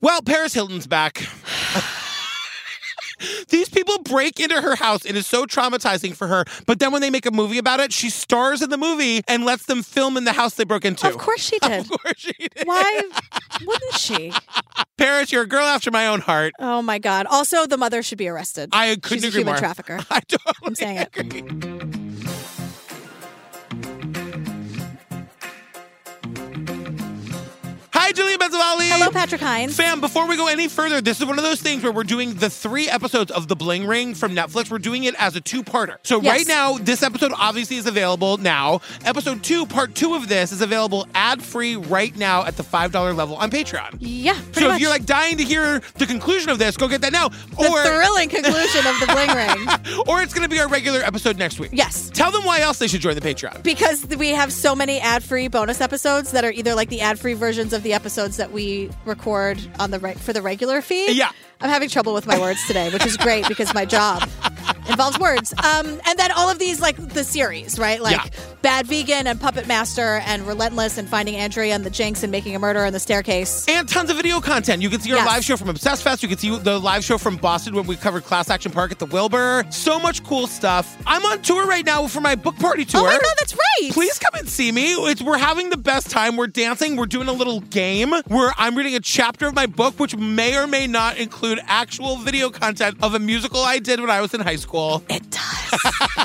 Well, Paris Hilton's back. These people break into her house. It is so traumatizing for her. But then when they make a movie about it, she stars in the movie and lets them film in the house they broke into. Of course she did. Of course she did. Why wouldn't she? Paris, you're a girl after my own heart. Oh my God. Also, the mother should be arrested. I couldn't She's a agree human more. trafficker. I totally I'm saying it. agree. Hi, Julia Benzavalli. Hello, Patrick Hines. Fam, before we go any further, this is one of those things where we're doing the three episodes of The Bling Ring from Netflix. We're doing it as a two parter. So, Yes. right now, this episode obviously is available now. Episode two, part two of this, is available ad free right now at the $5 level on Patreon. yeah, pretty so, much. if you're like dying to hear the conclusion of this, go get that now. the or, thrilling conclusion of the bling ring. or it's going to be our regular episode next week. Yes. Tell them why else they should join the Patreon. Because we have so many ad free bonus episodes that are either like the ad free versions of the episodes that we record on the right for the regular feed. Yeah. I'm having trouble with my words today, which is great because my job involves words. Um, and then all of these, like the series, right? Like Yeah. Bad Vegan and Puppet Master and Relentless and Finding Andrea and the Jinx and Making a Murder and the Staircase. And tons of video content. You can see our Yes. live show from Obsessed Fest. You can see the live show from Boston when we covered Class Action Park at the Wilbur. So much cool stuff. I'm on tour right now for my book party tour. Oh my God, that's right. Please come and see me. It's, we're having the best time. We're dancing. We're doing a little game where I'm reading a chapter of my book, which may or may not include actual video content of a musical I did when I was in high school. It does.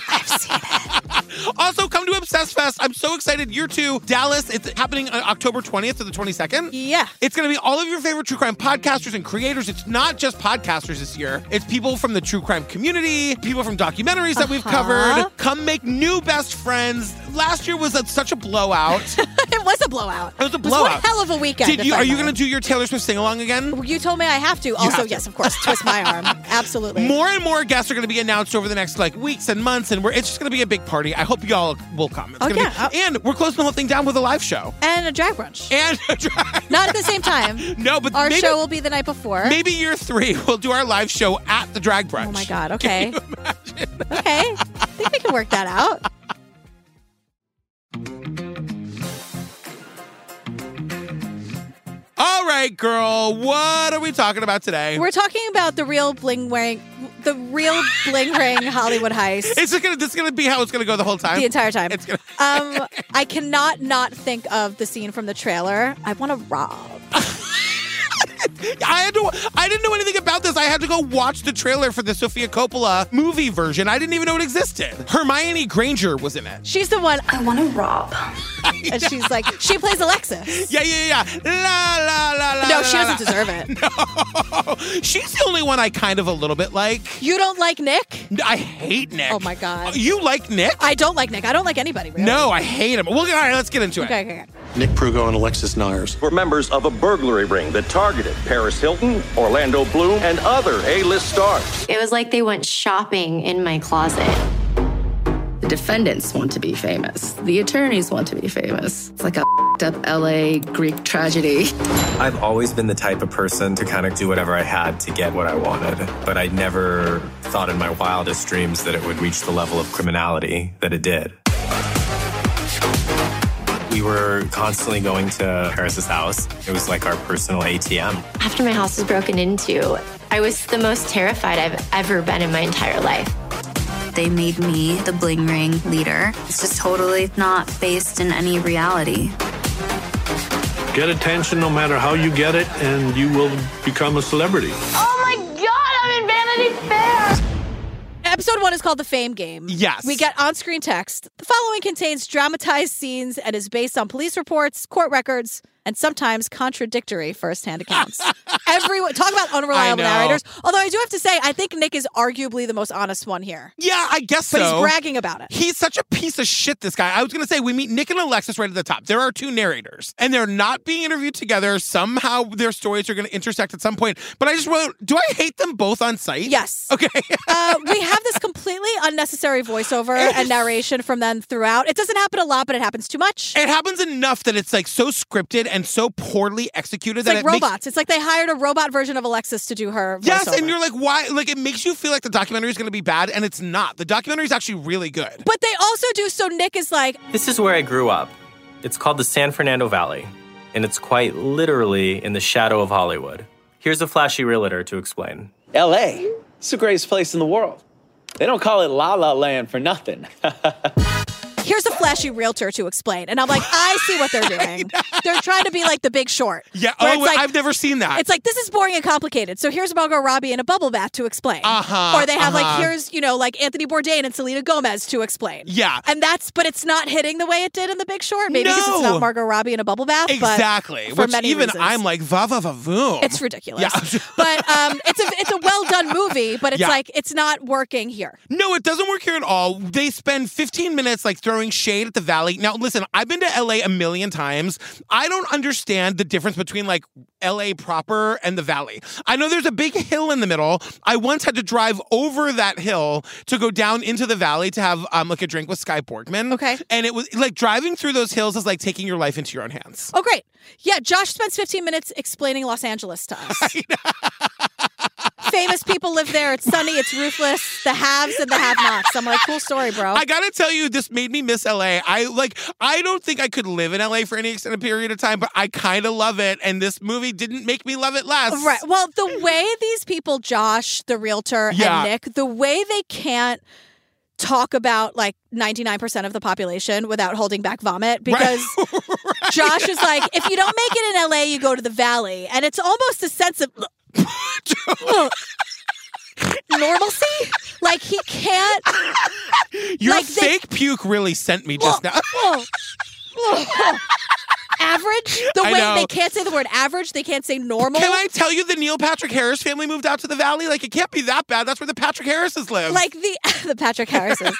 I've seen it. Also, come to Obsessed Fest. I'm so excited. Year two, Dallas. It's happening on October 20th to the 22nd. Yeah. It's going to be all of your favorite true crime podcasters and creators. It's not just podcasters this year. It's people from the true crime community, people from documentaries that we've Uh-huh. covered. Come make new best friends. Last year was a, such a blowout. it It was a blowout. was a one blowout. hell of a weekend. Did you? Are you going to to? do your Taylor Swift sing along again? You told me I have to. Also, have to. yes, of course. Twist my arm. Absolutely. More and more guests are going to be announced over the next like weeks and months, and we're, it's just going to be a big party. I hope y'all will come. It's Oh, gonna yeah. Be, and we're closing the whole thing down with a live show. and a drag brunch. And Not at the same time. no, but Our maybe, show will be the night before. maybe year three we'll do our live show at the drag brunch. Oh my god. Okay. Okay. I think we can work that out. All right, girl, what are we talking about today? We're talking about the real bling ring, the real bling ring Hollywood heist it's just gonna this is gonna be how it's gonna go the whole time. the entire time. it's gonna Um, I cannot not think of the scene from the trailer. I want to rob. I had to I didn't know anything about this. I had to go watch the trailer for the Sofia Coppola movie version. I didn't even know it existed. Hermione Granger was in it. She's the one, I want to rob. and she's like, she plays Alexis. Yeah, yeah, yeah. La la la la. No, la, she la. Oh, doesn't deserve it. She's the only one I kind of a little bit like. You don't like Nick? I hate Nick. Oh my God. You like Nick? I don't like Nick. I don't like anybody. Really. no, I hate him. Well, all right, let's get into it. Okay, okay, okay. Nick Prugo and Alexis Nyers. were members of a burglary ring that targeted Paris Hilton, Orlando Bloom, and other A-list stars. It was like they went shopping in my closet. The defendants want to be famous. The attorneys want to be famous. It's like a f***ed up LA Greek tragedy. I've always been the type of person to kind of do whatever I had to get what I wanted, but I never thought in my wildest dreams that it would reach the level of criminality that it did. We were constantly going to Paris's house. It was like our personal ATM. After my house was broken into, I was the most terrified I've ever been in my entire life. They made me the bling ring leader. It's just totally not based in any reality. Get attention no matter how you get it, and you will become a celebrity. Oh my god, I'm in Vanity Fair! Episode one is called The Fame Game. Yes. We get on screen text. The following contains dramatized scenes and is based on police reports, court records, and sometimes contradictory firsthand accounts. Everyone, talk about unreliable I know. narrators. Although I do have to say, I think Nick is arguably the most honest one here, Yeah, I guess but so. he's bragging about it. He's such a piece of shit, this guy. I was going to say, we meet Nick and Alexis right at the top. There are two narrators, and they're not being interviewed together. Somehow their stories are going to intersect at some point. But I just wrote, do I hate them both on sight? Yes. Okay. uh, we have this completely unnecessary voiceover and narration from them throughout. It doesn't happen a lot, but it happens too much. it happens enough that it's like so scripted and so poorly executed It's that like it makes. robots. It's like they hired a robot version of Alexis to do her. Yes, voiceover. and you're like, why? Like, it makes you feel like the documentary is going to be bad, and it's not. The documentary is actually really good. But they also do so. Nick is like, This is where I grew up. It's called the San Fernando Valley, and it's quite literally in the shadow of Hollywood. Here's a flashy realtor to explain. LA. It's the greatest place in the world. They don't call it La La Land for nothing. Here's a flashy realtor to explain. And I'm like, I see what they're doing. They're trying to be like the big short. Yeah. Where Oh, it's like- I've never seen that. It's like this is boring and complicated. So here's Margot Robbie in a bubble bath to explain. Uh-huh, or they have uh-huh. like here's you know like Anthony Bourdain and Selena Gomez to explain. Yeah. and that's but it's not hitting the way it did in The Big Short. Maybe because it's No. not Margot Robbie in a bubble bath. but exactly. for Which many even reasons. I'm like va va va voom. It's ridiculous. Yeah. but um, it's a it's a well done movie, but it's Yeah. like it's not working here. No, it doesn't work here at all. They spend 15 minutes like throwing shade at the valley. Now, listen, I've been to LA a million times. I don't understand the difference between like LA proper and the valley. I know there's a big hill in the middle. I once had to drive over that hill to go down into the valley to have um like a drink with Sky Borgman. Okay. And it was like driving through those hills is like taking your life into your own hands. Oh great, yeah. Josh spends 15 minutes explaining Los Angeles to us. Famous people live there. It's sunny. It's roofless. The haves and the have-nots. I'm like, cool story, bro. I gotta tell you, this made me miss LA. I like, I don't think I could live in LA for any extended period of time, but I kind of love it, and this movie didn't make me love it less. Right. Well, the way these people, Josh, the realtor, Yeah. and Nick, the way they can't talk about like 99% of the population without holding back vomit because Josh is like, if you don't make it in LA, you go to the valley. And it's almost a sense of normalcy. Like he can't. Your like, they- fake puke really sent me just now. average? The I way know. they can't say the word average, they can't say normal. Can I tell you the Neil Patrick Harris family moved out to the valley? Like, it can't be that bad. That's where the Patrick Harrises live. like the the Patrick Harris's,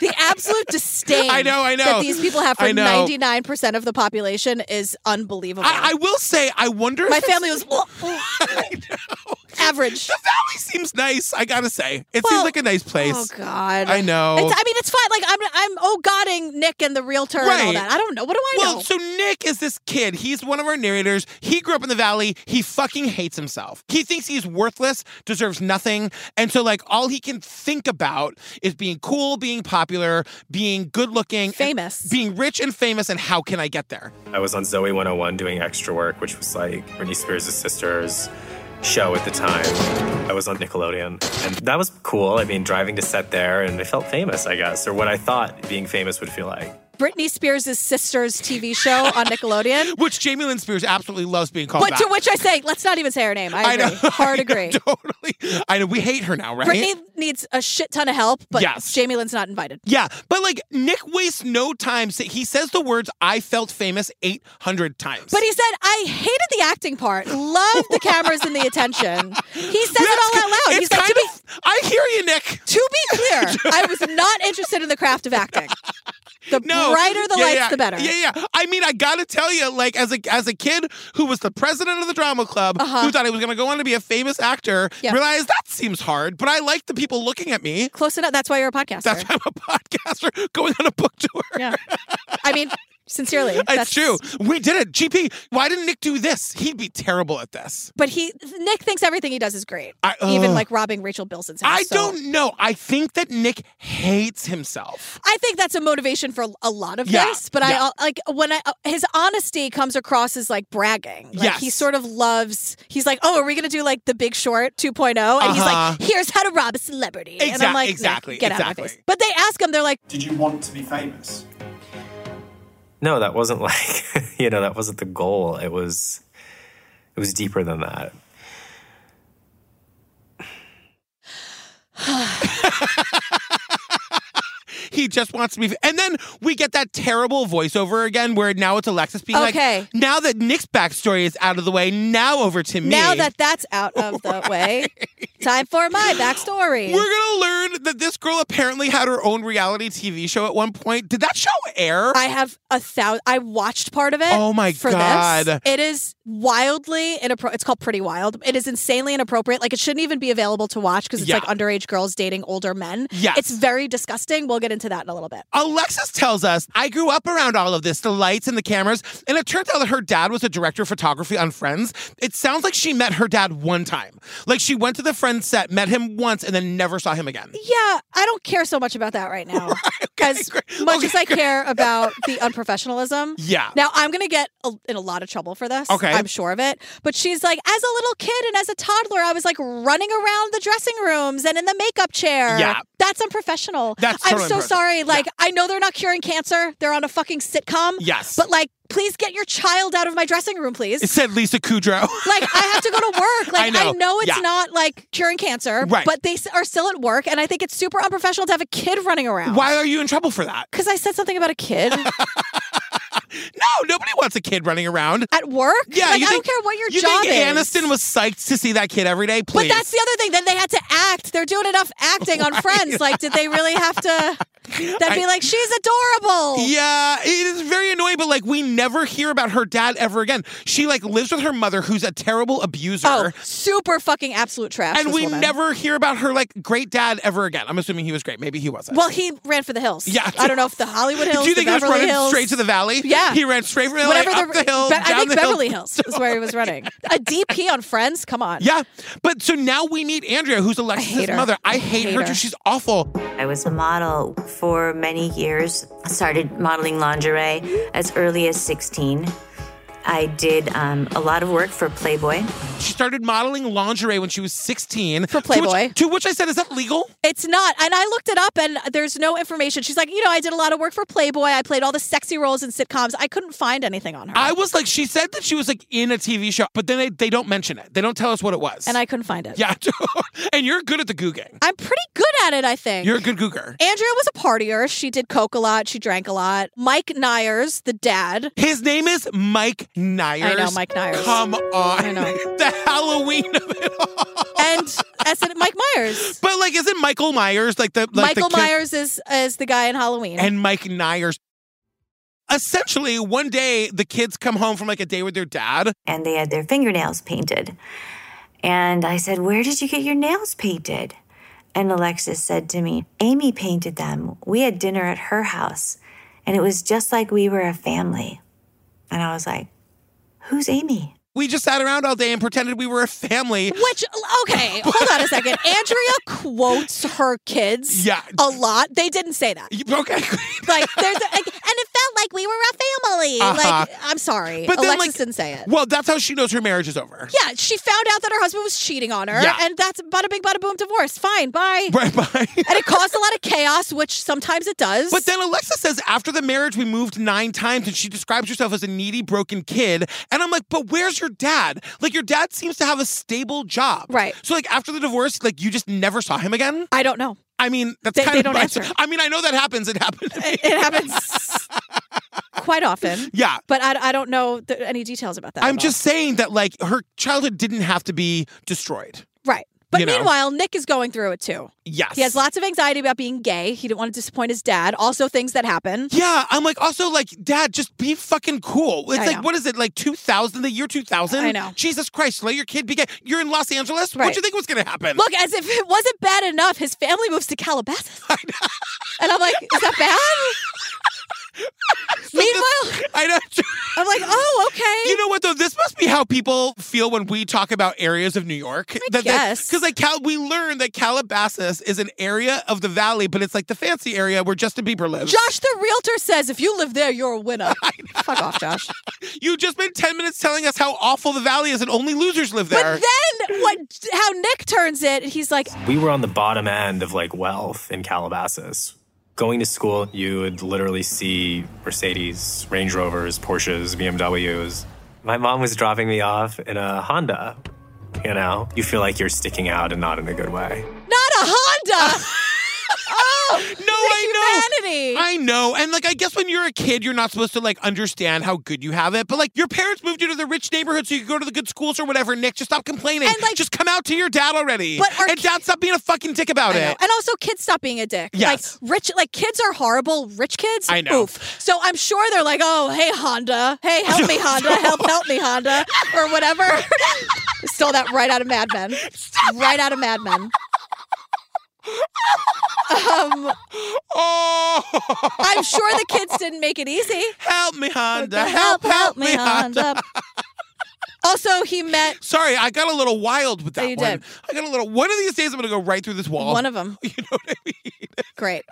the absolute disdain. I know, I know. That these people have for I know. ninety nine percent of the population is unbelievable. I, I will say, I wonder My if it's- family was average. The valley seems nice, I gotta say. It seems Well, like a nice place. Oh God, I know. It's, I mean, it's fine. Like I'm, I'm oh godding Nick and the realtor and all Right. that. I don't know. What do I Well, know? so Nick is this kid. He's one of our narrators. He grew up in the valley. He fucking hates himself. He thinks he's worthless, deserves nothing. And so, like, all he can think about is being cool, being popular, being good looking, Famous. being rich and famous, and how can I get there? I was on Zoe 101 doing extra work, which was like Britney Spears' sister's show at the time. I was on Nickelodeon, and that was cool. I mean, driving to set there, and I felt famous, I guess, or what I thought being famous would feel like. Britney Spears' sister's TV show on Nickelodeon. Which Jamie Lynn Spears absolutely loves being called But that. to which I say, let's not even say her name. I, I know. agree. Hard I know, agree. totally. I know. We hate her now, right? Britney needs a shit ton of help, but Yes. Jamie Lynn's not invited. Yeah, but like Nick wastes no time. sa- He says the words "I felt famous" eight hundred times. But he said, I hated the acting part, loved the cameras and the attention. He says it all out loud. It's He's like, kind to be, of, I hear you, Nick. to be clear, I was not interested in the craft of acting. The No, brighter the yeah, lights, yeah, the better. Yeah, yeah. I mean, I gotta tell you, like as a as a kid who was the president of the drama club, who thought I was gonna go on to be a famous actor, Uh-huh. Yeah. realized that seems hard. But I like the people looking at me. Close enough. That's why you're a podcaster. That's why I'm a podcaster going on a book tour. yeah. I mean, sincerely. It's that's true. We did it. GP, why didn't Nick do this? He'd be terrible at this. But he Nick thinks everything he does is great. I- even ugh. like robbing Rachel Bilson's house. I so- don't know. I think that Nick hates himself. I think that's a motivation for a lot of Yeah, this, but yeah. I like when I uh, his honesty comes across as like bragging. Like Yes. he sort of loves. He's like, "Oh, are we going to do like The Big Short 2.0?" And he's Uh-huh. like, "Here's how to rob a celebrity." and I'm Exact- like, "Nick, exactly, get out of my exactly. face." But they ask him, they're like, Did you want to be famous? No, that wasn't like, you know, that wasn't the goal. It was, it was deeper than that. He just wants to be. And then we get that terrible voiceover again where now it's Alexis being Okay. like, now that Nick's backstory is out of the way, now over to me. "Now that that's out of the way, time for my backstory." We're going to learn that this girl apparently had her own reality TV show at one point. Did that show air? I have a thousand. I watched part of it. Oh my for This. God. It is wildly inappropriate. It's called Pretty Wild. It is insanely inappropriate. Like it shouldn't even be available to watch because it's Yeah. like underage girls dating older men. Yes. it's very disgusting. We'll get into that in a little bit. Alexis tells us, I grew up around all of this, the lights and the cameras, and it turns out that her dad was a director of photography on Friends. It sounds like she met her dad one time. Like she went to the Friends set, met him once, and then never saw him again. Yeah, I don't care so much about that right now. As much as I care about the unprofessionalism. Yeah. Now, I'm going to get a, in a lot of trouble for this. Okay. I'm sure of it. But she's like, as a little kid and as a toddler, I was like running around the dressing rooms and in the makeup chair. Yeah. That's unprofessional. That's I'm totally so unprofessional. sorry. Like, I know they're not curing cancer, they're on a fucking sitcom. Yes. But like, please get your child out of my dressing room, please. It said Lisa Kudrow. Like I have to go to work. Like I I know, know. it's Yeah. not like curing cancer, Right. but they s- are still at work, and I think it's super unprofessional to have a kid running around. Why are you in trouble for that? Because I said something about a kid No, nobody wants a kid running around. at work. Yeah, like, you I think- don't care what your you job think is. Aniston was psyched to see that kid every day? but Please. that's the other thing. Then they had to act. They're doing enough acting on Friends. Like, did they really have to? That'd be I- like, she's adorable. Yeah, it is very annoying, but like we never hear about her dad ever again. She like lives with her mother, who's a terrible abuser. Oh, super fucking absolute trash. and this we woman. never hear about her like great dad ever again. I'm assuming he was great. Maybe he wasn't. Well, he ran for the hills. Yeah. I don't know if the Hollywood Hills. Do you think the he was Beverly running hills. straight to the valley? Yeah. He ran straight from LA whatever up the hill. Be- down I think the hill. Beverly Hills is where he was running. A DP on Friends? Come on. Yeah. But so now we meet Andrea, who's Alexis' hate her. mother. I hate, hate her her. too. She's awful. I was a model for many years. I started modeling lingerie as early as 16. I did um, a lot of work for Playboy. She started modeling lingerie when she was 16. For To Playboy. which, to which I said, is that legal? It's not. And I looked it up and there's no information. She's like, you know, I did a lot of work for Playboy. I played all the sexy roles in sitcoms. I couldn't find anything on her. I was like, she said that she was like in a TV show, but then they, they don't mention it. They don't tell us what it was. and I couldn't find it. Yeah. and you're good at the googing. I'm pretty good at it, I think. You're a good googer. Andrea was a partier. She did coke a lot. She drank a lot. Mike Nyers, the dad. His name is Mike Nyers. I know, Mike Nyers. Come on. I know. the Halloween of it and as in Mike Myers. But like, isn't Michael Myers like the like the Michael kid- Myers is is the guy in Halloween. and Mike Nyers? Essentially, one day the kids come home from like a day with their dad. and they had their fingernails painted. And I said, Where did you get your nails painted? And Alexis said to me, Amy painted them. We had dinner at her house, and it was just like we were a family. And I was like, Who's Amy? We just sat around all day and pretended we were a family. Which okay, hold on a second. Andrea quotes her kids Yeah. a lot. They didn't say that. You- Okay. Like there's a, like, and it felt like we were a family. Uh-huh. Like I'm sorry, But then, Alexis like- didn't say it. well, that's how she knows her marriage is over. Yeah, she found out that her husband was cheating on her, Yeah. and that's bada bing, bada boom, divorce. Fine, bye. Right bye. And it caused a lot of chaos, which sometimes it does. But then Alexa says, after the marriage, we moved nine times, and she describes herself as a needy, broken kid. And I'm like, but where's your dad? Like, your dad seems to have a stable job. Right. So, like, after the divorce, like, you just never saw him again? I don't know. I mean, that's They- kind they of don't biased. answer. I mean, I know that happens. It happened to me. It happens quite often. yeah. But I, I don't know th- any details about that. I'm at all. just saying that, like, her childhood didn't have to be destroyed. right. But you know. meanwhile, Nick is going through it too. Yes. He has lots of anxiety about being gay. He didn't want to disappoint his dad. Also, things that happen. Yeah, I'm like, also, like, dad, just be fucking cool. It's I like, know. what is it, like 2000, the year 2000? I know. Jesus Christ, let your kid be gay. You're in Los Angeles? What Right. do you think was going to happen? Look, as if it wasn't bad enough, his family moves to Calabasas. and I'm like, is that bad? Meanwhile, I know. I'm like, oh, okay. You know what though? This must be how people feel when we talk about areas of New York. guess. because like Cal- we learned that Calabasas is an area of the valley, but it's like the fancy area where Justin Bieber lives. Josh the realtor says if you live there, you're a winner. Fuck off, Josh. you just spent ten minutes telling us how awful the valley is and only losers live there. But then what how Nick turns it, he's like, We were on the bottom end of like wealth in Calabasas. Going to school, you would literally see Mercedes, Range Rovers, Porsches, BMWs. My mom was dropping me off in a Honda. You know, you feel like you're sticking out and not in a good way. not a Honda. oh, no, I know. humanity. I know. And like I guess when you're a kid, you're not supposed to like understand how good you have it. But like your parents moved you to the rich neighborhood so you could go to the good schools or whatever, Nick. Just stop complaining. And, like- just come out to your dad already. But our and ki- dad stop being a fucking dick about I know. it. And also, kids stop being a dick. Yes. Like rich, like kids are horrible. Rich kids. I know. Oof. So I'm sure they're like, oh, hey Honda, hey help me Honda, help help me Honda, or whatever. Stole that right out of Mad Men. Right out of Mad Men. Um, I'm sure the kids didn't make it easy. Oh, Help me, Honda. Help, help me, Honda. Also, he met. Sorry, I got a little wild with that you one. did. I got a little. One of these days, I'm going to go right through this wall. One of them. You know what I mean? Great.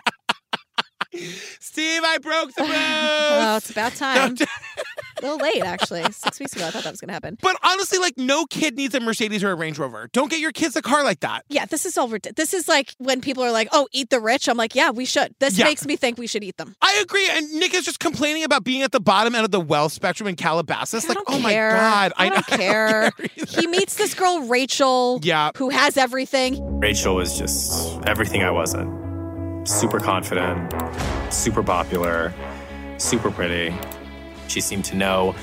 Steve, I broke the Well, rules. it's about time. a little late, actually. Six weeks ago, I thought that was going to happen. but honestly, like, no kid needs a Mercedes or a Range Rover. Don't get your kids a car like that. Yeah, this is all ridiculous. This is like when people are like, "Oh, eat the rich." I'm like, "Yeah, we should." This Yeah. makes me think we should eat them. I agree. And Nick is just complaining about being at the bottom end of the wealth spectrum in Calabasas. like, oh my Care. God. I don't care. he meets this girl Rachel, Yeah. who has everything. Rachel was just everything I wasn't. Super confident, super popular, super pretty. She seemed to know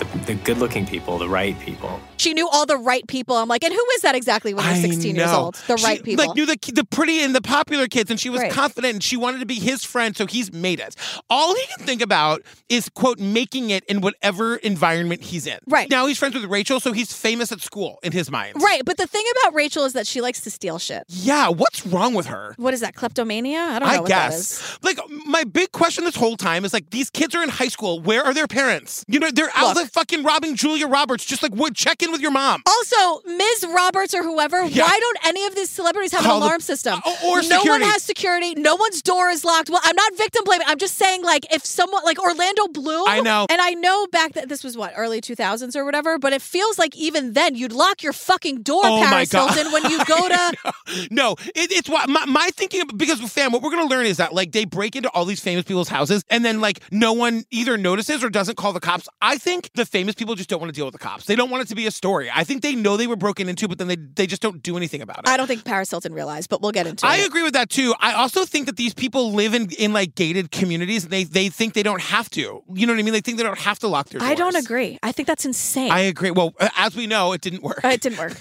the, the good looking people, the right people. She knew all the right people. I'm like, and who is that exactly when they're 16 years No. old? The She, right people. Like knew the the pretty and the popular kids, and she was Right. confident, and she wanted to be his friend, so he's made it. All he can think about is quote making it in whatever environment he's in. Right now, he's friends with Rachel, so he's famous at school in his mind. right, but the thing about Rachel is that she likes to steal shit. Yeah, what's wrong with her? What is that kleptomania? I don't know I what that is. guess. Like my big question this whole time is like these kids are in high school. Where are their parents? You know, they're out Look. like fucking robbing Julia Roberts. Just like would check in with your mom. Also, Ms. Roberts or whoever, Yeah. why don't any of these celebrities have Call an the- Uh, alarm system? or no one security. has security. No one's door is locked. Well, I'm not victim blaming. I'm just saying, like, if someone like Orlando Bloom, I know. and I know back that this was what early 2000s or whatever, but it feels like even then you'd lock your fucking door, Oh my Paris God. Hilton, when you go to. No, it, it's why my, my thinking ab- because fam, what we're gonna learn is that like they break into all these famous people's houses and then like no one either notices or doesn't call the cops. I think the famous people just don't want to deal with the cops. They don't want it to be a story. I think they know they were broken into, but then they they just don't do anything about it. I don't think Paris Hilton realized, but we'll get into I it. agree with that too. I also think that these people live in, in like gated communities and they, they think they don't have to. You know what I mean? They think they don't have to lock their doors. I don't agree. I think that's insane. I agree. Well, uh, as we know, it didn't work. Uh, it didn't work.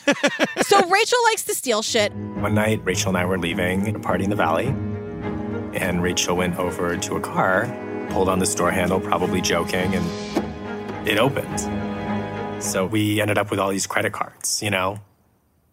so Rachel likes to steal shit. One night, Rachel and I were leaving a party in the valley, and Rachel went over to a car, pulled on this door handle, probably joking, and it opened. So we ended up with all these credit cards, you know?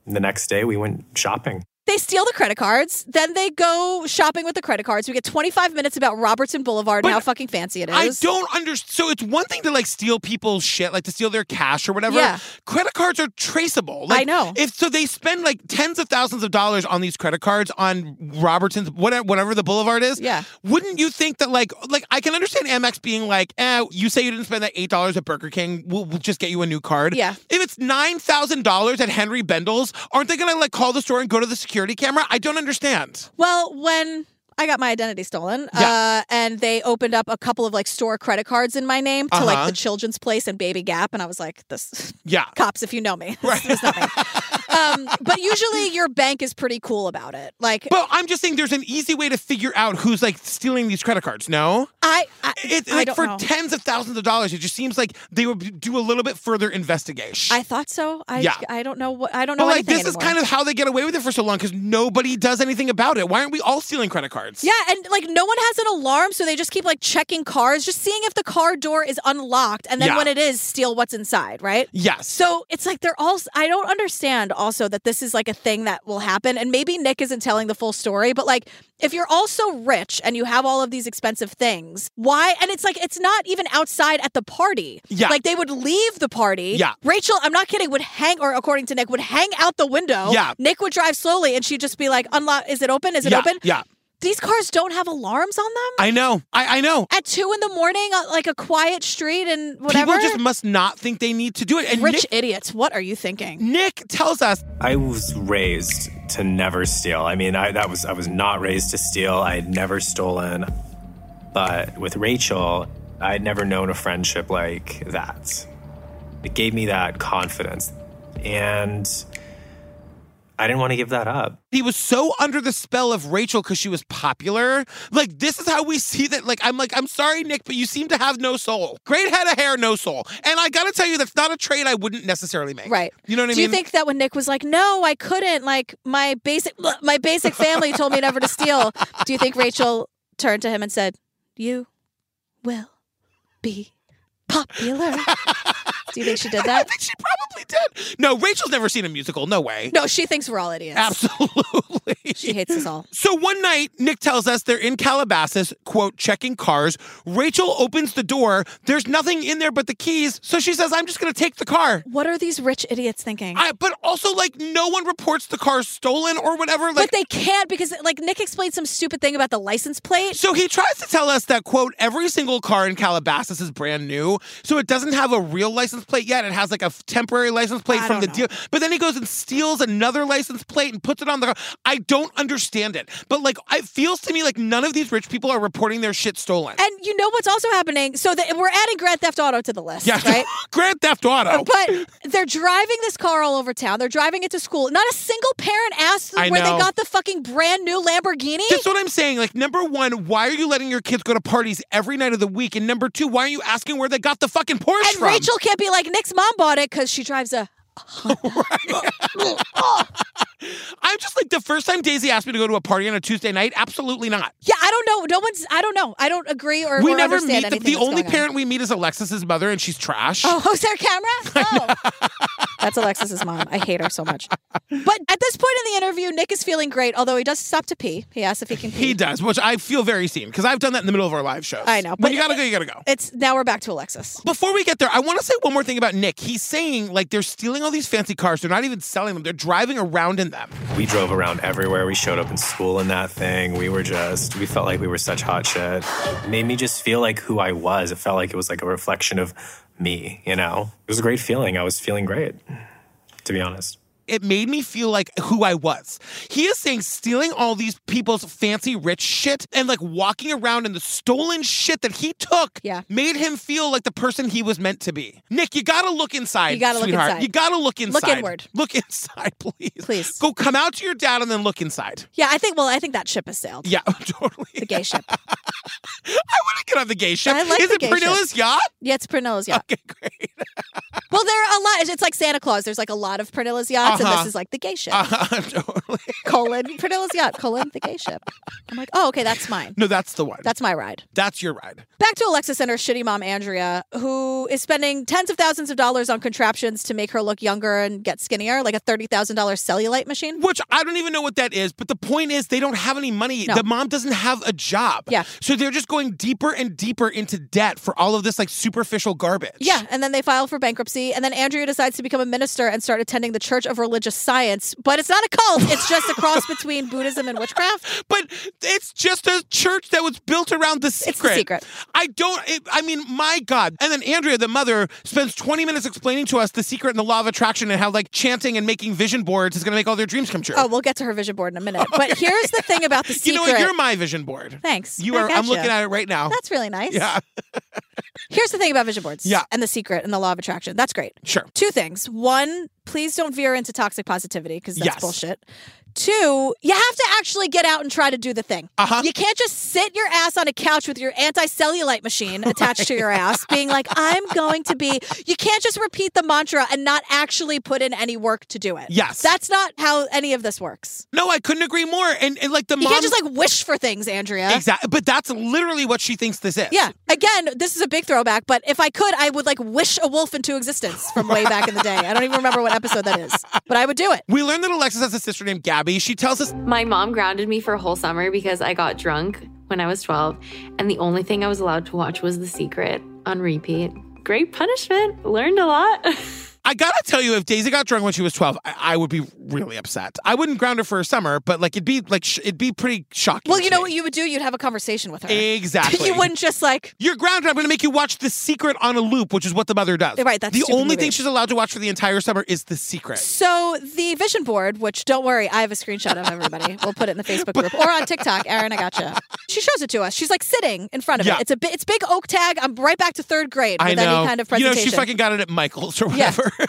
The next day, we went shopping. They steal the credit cards. Then they go shopping with the credit cards. We get 25 minutes about Robertson Boulevard and how fucking fancy it is. I don't understand. So it's one thing to like steal people's shit, like to steal their cash or whatever. Yeah. Credit cards are traceable. Like, I know. If so, they spend like tens of thousands of dollars on these credit cards on Robertson's whatever, whatever the boulevard is. Yeah. Wouldn't you think that like like I can understand Amex being like, eh, you say you didn't spend that eight dollars at Burger King, we'll, we'll just get you a new card. Yeah. If it's nine thousand dollars at Henry Bendel's, aren't they gonna like call the store and go to the security camera? I don't understand. Well, when I got my identity stolen, Yeah. uh, and they opened up a couple of like store credit cards in my name to like Uh-huh. the Children's Place and Baby Gap, and I was like, "This Yeah. cops, if you know me, right? um, but usually your bank is pretty cool about it. Like But I'm just saying there's an easy way to figure out who's like stealing these credit cards, no? I, I, It's I like don't for know. tens of thousands of dollars, it just seems like they would do a little bit further investigation. I thought so. I, Yeah. I don't know what I don't know but like anything this is anymore. kind of how they get away with it for so long because nobody does anything about it. Why aren't we all stealing credit cards? Yeah, and like no one has an alarm, so they just keep like checking cars, just seeing if the car door is unlocked, and then Yeah. when it is, steal what's inside, right? Yes. So it's like they're all. I don't understand also that this is like a thing that will happen, and maybe Nick isn't telling the full story, but like if you're also rich and you have all of these expensive things, why? And it's like it's not even outside at the party. Yeah. like they would leave the party. Yeah. Rachel, I'm not kidding, would hang or according to Nick would hang out the window. Yeah. Nick would drive slowly, and she'd just be like, "Unlock? Is it open? Is it yeah, open? Yeah. these cars don't have alarms on them I know. I, I know. at two in the morning, on, like a quiet street and whatever. People just must not think they need to do it. And Rich Nick, idiots, what are you thinking? Nick tells us I was raised to never steal. I mean, I that was I was not raised to steal. I had never stolen. But with Rachel, I had never known a friendship like that. It gave me that confidence. And I didn't want to give that up. he was so under the spell of Rachel because she was popular. Like, this is how we see that. Like, I'm like, I'm sorry, Nick, but you seem to have no soul. Great head of hair, no soul. And I gotta tell you, that's not a trade I wouldn't necessarily make. Right. You know what I Do mean? you think that when Nick was like, "No, I couldn't," like my basic my basic family told me never to steal, do you think Rachel turned to him and said, "You will be popular"? Do you think she did that? I think she probably did. No, Rachel's never seen a musical. No way. No, she thinks we're all idiots. Absolutely. She hates us all. So one night, Nick tells us they're in Calabasas, quote, checking cars. Rachel opens the door. There's nothing in there but the keys. So she says, I'm just going to take the car. What are these rich idiots thinking? I, but also, like, no one reports the car stolen or whatever. Like, but they can't because, like, Nick explained some stupid thing about the license plate. So he tries to tell us that, quote, every single car in Calabasas is brand new. So it doesn't have a real license plate yet. It has like a f- temporary license plate I from the don't deal. But then he goes and steals another license plate and puts it on the car. I don't understand it. But like, it feels to me like none of these rich people are reporting their shit stolen. And you know what's also happening? So that we're adding Grand Theft Auto to the list, yeah, right? Grand Theft Auto. But they're driving this car all over town. They're driving it to school. Not a single parent asked them I where know. they got the fucking brand new Lamborghini. That's what I'm saying. Like, number one, why are you letting your kids go to parties every night of the week? And number two, why are you asking where they got the fucking Porsche and from? Rachel can't be like, Nick's mom bought it because she drives a. I'm just like, the first time Daisy asked me to go to a party on a Tuesday night, absolutely not. Yeah, I don't know. No one's. I don't know. I don't agree or. we or never understand meet the, the anything that's only going on. parent we meet is Alexis's mother, and she's trash. Oh, who's their camera? Oh. That's Alexis's mom. I hate her so much. But at this point in the interview, Nick is feeling great, although he does stop to pee. He asks if he can pee. He does, which I feel very seen because I've done that in the middle of our live shows. I know, When but you gotta it- go, you gotta go. It's now we're back to Alexis. Before we get there, I want to say one more thing about Nick. He's saying like they're stealing all these fancy cars. They're not even selling them. They're driving around in them. We drove around everywhere. We showed up in school in that thing. We were just, we felt like we were such hot shit. It made me just feel like who I was. It felt like it was like a reflection of me, you know? It was a great feeling. I was feeling great, to be honest. It made me feel like who I was. He is saying stealing all these people's fancy rich shit and like walking around in the stolen shit that he took Yeah. made him feel like the person he was meant to be. Nick, you gotta look inside. You gotta look sweetheart. inside. You gotta look inside. inward. Look inside, please. Please. Go come out to your dad and then look inside. Yeah, I think. Well, I think that ship has sailed. Yeah, totally. The gay ship. I want to get on the gay ship. I like Is the it gay Pernilla's ship. yacht? Yeah, it's Pernilla's yacht. Okay, great. well, there are a lot. It's like Santa Claus. There's like a lot of Pernilla's yachts, and Uh-huh. this is like the gay ship. Uh, totally. Colon Pernilla's yacht. Colon the gay ship. I'm like, oh, okay, that's mine. No, that's the one. That's my ride. That's your ride. Back to Alexis and her shitty mom, Andrea, who is spending tens of thousands of dollars on contraptions to make her look younger and get skinnier, like a $30,000 cellulite machine. Which I don't even know what that is, but the point is they don't have any money. No. The mom doesn't have a job. Yeah. So they're just going deeper and deeper into debt for all of this like superficial garbage. Yeah, and then they file for bankruptcy, and then Andrea decides to become a minister and start attending the Church of Religious Science, but it's not a cult. It's just a cross between Buddhism and witchcraft. But it's just a church that was built around the secret. The Secret. I don't, it, I mean, my God. And then Andrea, the mother, spends 20 minutes explaining to us the secret and the law of attraction and how like chanting and making vision boards is going to make all their dreams come true. Oh, we'll get to her vision board in a minute. But here's the thing about the secret. you know what? You're my vision board. Thanks. You I are. I'm gotcha. looking at it right now. That's really nice. yeah. Here's the thing about vision boards Yeah. and the secret and the law of attraction. That's great. Sure. Two things. One, please don't veer into toxic positivity because that's Yes. bullshit. Two, you have to actually get out and try to do the thing. Uh-huh. You can't just sit your ass on a couch with your anti-cellulite machine attached to your ass, being like, I'm going to be. You can't just repeat the mantra and not actually put in any work to do it. Yes. That's not how any of this works. No, I couldn't agree more. And, and like the You mom. can't just like wish for things, Andrea. Exactly. But that's literally what she thinks this is. Eh? Yeah. Again, this is a big throwback, but if I could, I would like wish a wolf into existence from way back in the day. I don't even remember what episode that is, but I would do it. We learned that Alexis has a sister named Gabby. She tells us My mom grounded me for a whole summer because I got drunk when I was 12, and the only thing I was allowed to watch was The Secret on repeat. Great punishment. Learned a lot. I gotta tell you, if Daisy got drunk when she was twelve, I, I would be really upset. I wouldn't ground her for a summer, but like it'd be like sh- it'd be pretty shocking. Well, you to know me. what you would do? You'd have a conversation with her. Exactly. you wouldn't just like, You're grounded. I'm going to make you watch The Secret on a loop, which is what the mother does. Right, that the stupid only movie. thing she's allowed to watch for the entire summer is The Secret. so the vision board, which don't worry, I have a screenshot of everybody. We'll put it in the Facebook group or on TikTok. Erin, I gotcha. She shows it to us. She's like sitting in front of Yeah. it. It's a bi- it's big oak tag. I'm right back to third grade I with know. any kind of you know, presentation. she fucking got it at Michaels or Yeah. whatever.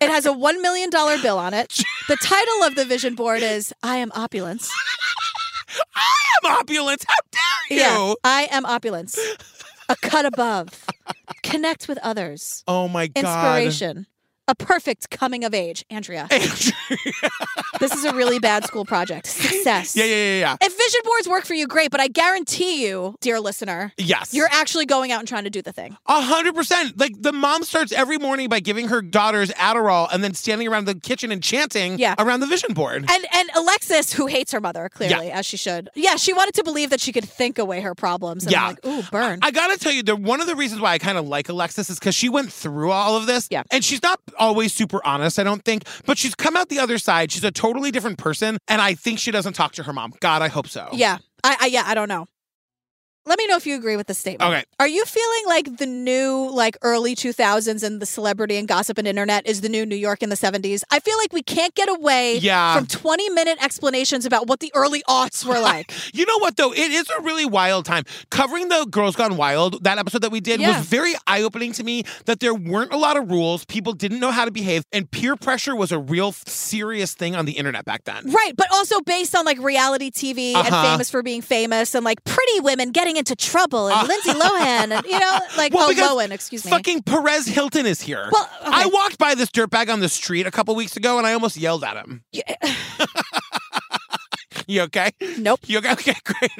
It has a one million dollar bill on it. The title of the vision board is "I Am Opulence." I'm opulence. How dare you? Yeah, I am opulence. A cut above. Connect with others. Oh my god. Inspiration. a perfect coming of age, Andrea. this is a really bad school project. Success. Yeah, yeah, yeah, yeah. If vision boards work for you, great, but I guarantee you, dear listener, Yes. you're actually going out and trying to do the thing. A hundred percent. Like the mom starts every morning by giving her daughters Adderall and then standing around the kitchen and chanting Yeah. around the vision board. And and Alexis, who hates her mother clearly as she should, yeah, she wanted to believe that she could think away her problems. And I'm Yeah. like, ooh, burn. I I gotta tell you, the, one of the reasons why I kind of like Alexis is because she went through all of this. Yeah. And she's not always super honest, I don't think, but she's come out the other side. She's a totally different person. And I think she doesn't talk to her mom. God, I hope so. Yeah, I, I yeah, I don't know. Let me know if you agree with this statement. Okay. Are you feeling like the new, like early 2000s and the celebrity and gossip and internet is the new New York in the 70s? I feel like we can't get away Yeah. from 20 minute explanations about what the early aughts were like. You know what though? It is a really wild time. Covering the Girls Gone Wild, that episode that we did Yeah. was very eye-opening to me that there weren't a lot of rules. People didn't know how to behave, and peer pressure was a real f- serious thing on the internet back then. right, but also based on like reality TV and Uh-huh. famous for being famous and like pretty women getting into trouble and Lindsay Lohan and, you know, like, Well, well, because Lohan, excuse me. Fucking Perez Hilton is here. Well, okay. I walked by this dirtbag on the street a couple weeks ago and I almost yelled at him. you okay? Nope. You okay? Okay, great.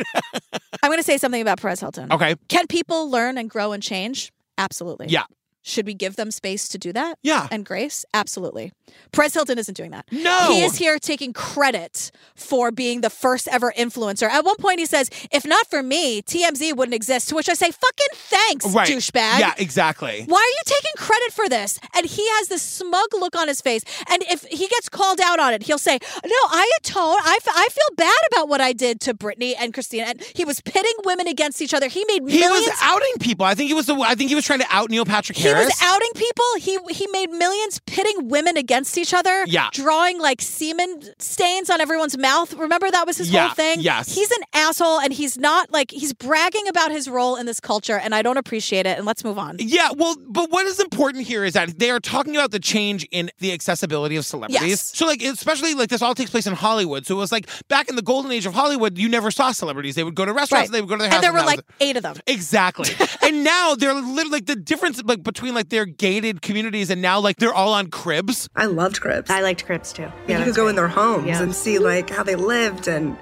I'm going to say something about Perez Hilton. Okay. Can people learn and grow and change? Absolutely. Yeah. Should we give them space to do that? Yeah. And grace? Absolutely. Perez Hilton isn't doing that. No. He is here taking credit for being the first ever influencer. At one point, he says, if not for me, TMZ wouldn't exist. To which I say, fucking thanks, Right. douchebag. Yeah, exactly. Why are you taking credit for this? And he has this smug look on his face. And if he gets called out on it, he'll say, No, I atone. I, f- I feel bad about what I did to Brittany and Christina. And he was pitting women against each other. He made He millions. was outing people. I think he was the I think he was trying to out Neil Patrick He Harris. was outing people. He he made millions pitting women against each other. Yeah. Drawing like semen stains on everyone's mouth. Remember that was his Yeah, whole thing? yes. He's an asshole and he's not like he's bragging about his role in this culture and I don't appreciate it. And let's move on. Yeah, well, but what is important here is that they are talking about the change in the accessibility of celebrities. Yes. So, like, especially like this all takes place in Hollywood. So it was like back in the golden age of Hollywood, you never saw celebrities. They would go to restaurants, and they would go to their house, and there were that was like eight of them. Exactly. and now they're literally like the difference like between like their gated communities and now like they're all on cribs. I loved Cribs. I liked Cribs too. you could that's go in their homes Yeah. and see like how they lived and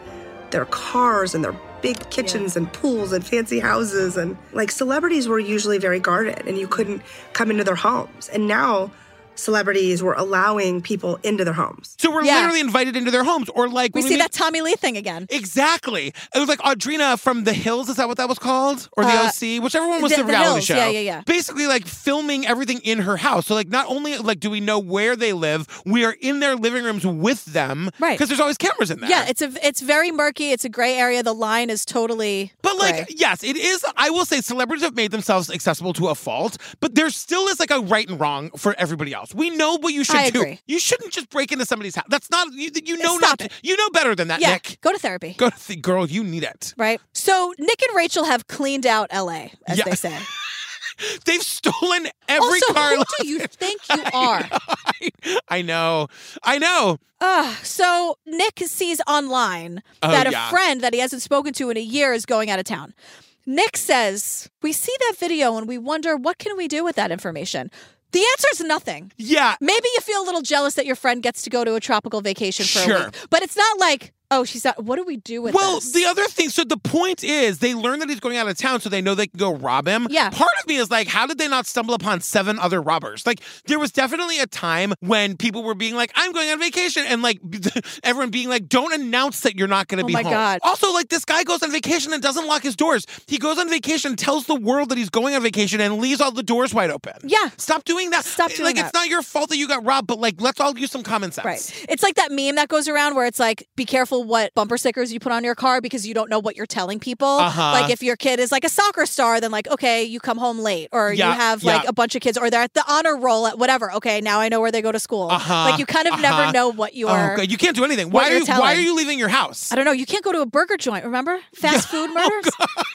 their cars and their big kitchens and pools and fancy houses and like celebrities were usually very guarded and you couldn't come into their homes. And now celebrities were allowing people into their homes. So we're literally invited into their homes or like We when see meet- that Tommy Lee thing again. Exactly. It was like Audrina from The Hills. Is that what that was called? Or The Uh, OC? Whichever one was The- the, The reality Hills. show. Yeah, yeah, yeah. Basically, like filming everything in her house. So, like, not only like do we know where they live, we are in their living rooms with them. Right. Because there's always cameras in there. Yeah, it's a it's very murky. It's a gray area. The line is totally. But like, gray. yes, it is. I will say celebrities have made themselves accessible to a fault, but there still is like a right and wrong for everybody else. We know what you should I do. agree. You shouldn't just break into somebody's house. That's not you. You know Stop not. You know better than that, yeah, Nick. go to therapy. Go to the girl. You need it. Right. So Nick and Rachel have cleaned out L.A. as Yeah. they say. They've stolen every also, car. who do you think you are? I know. I know. Ugh. so Nick sees online Oh, that a yeah. friend that he hasn't spoken to in a year is going out of town. Nick says, "We see that video and we wonder what can we do with that information." The answer is nothing. Yeah. Maybe you feel a little jealous that your friend gets to go to a tropical vacation for a Sure. week, but it's not like, oh, she's not. What do we do with Well, this? the other thing, so the point is they learn that he's going out of town so they know they can go rob him. Yeah. Part of me is like, how did they not stumble upon seven other robbers? Like, there was definitely a time when people were being like, I'm going on vacation, and like everyone being like, don't announce that you're not going to Oh be my home. God. Also, like, this guy goes on vacation and doesn't lock his doors. He goes on vacation, tells the world that he's going on vacation, and leaves all the doors wide open. Yeah. Stop doing that. Stop doing like, that. it's not your fault that you got robbed, but like, let's all use some common sense. Right. It's like that meme that goes around where it's like, be careful what bumper stickers you put on your car because you don't know what you're telling people. Uh-huh. Like if your kid is like a soccer star, then like, okay, you come home late or Yeah, you have like yeah. a bunch of kids or they're at the honor roll at whatever. Okay, now I know where they go to school. Uh-huh, Like you kind of never uh-huh. know what you Oh, are. God, you can't do anything. what Why are you're you, why are telling. you leaving your house? I don't know. You can't go to a burger joint, remember? Fast food murders.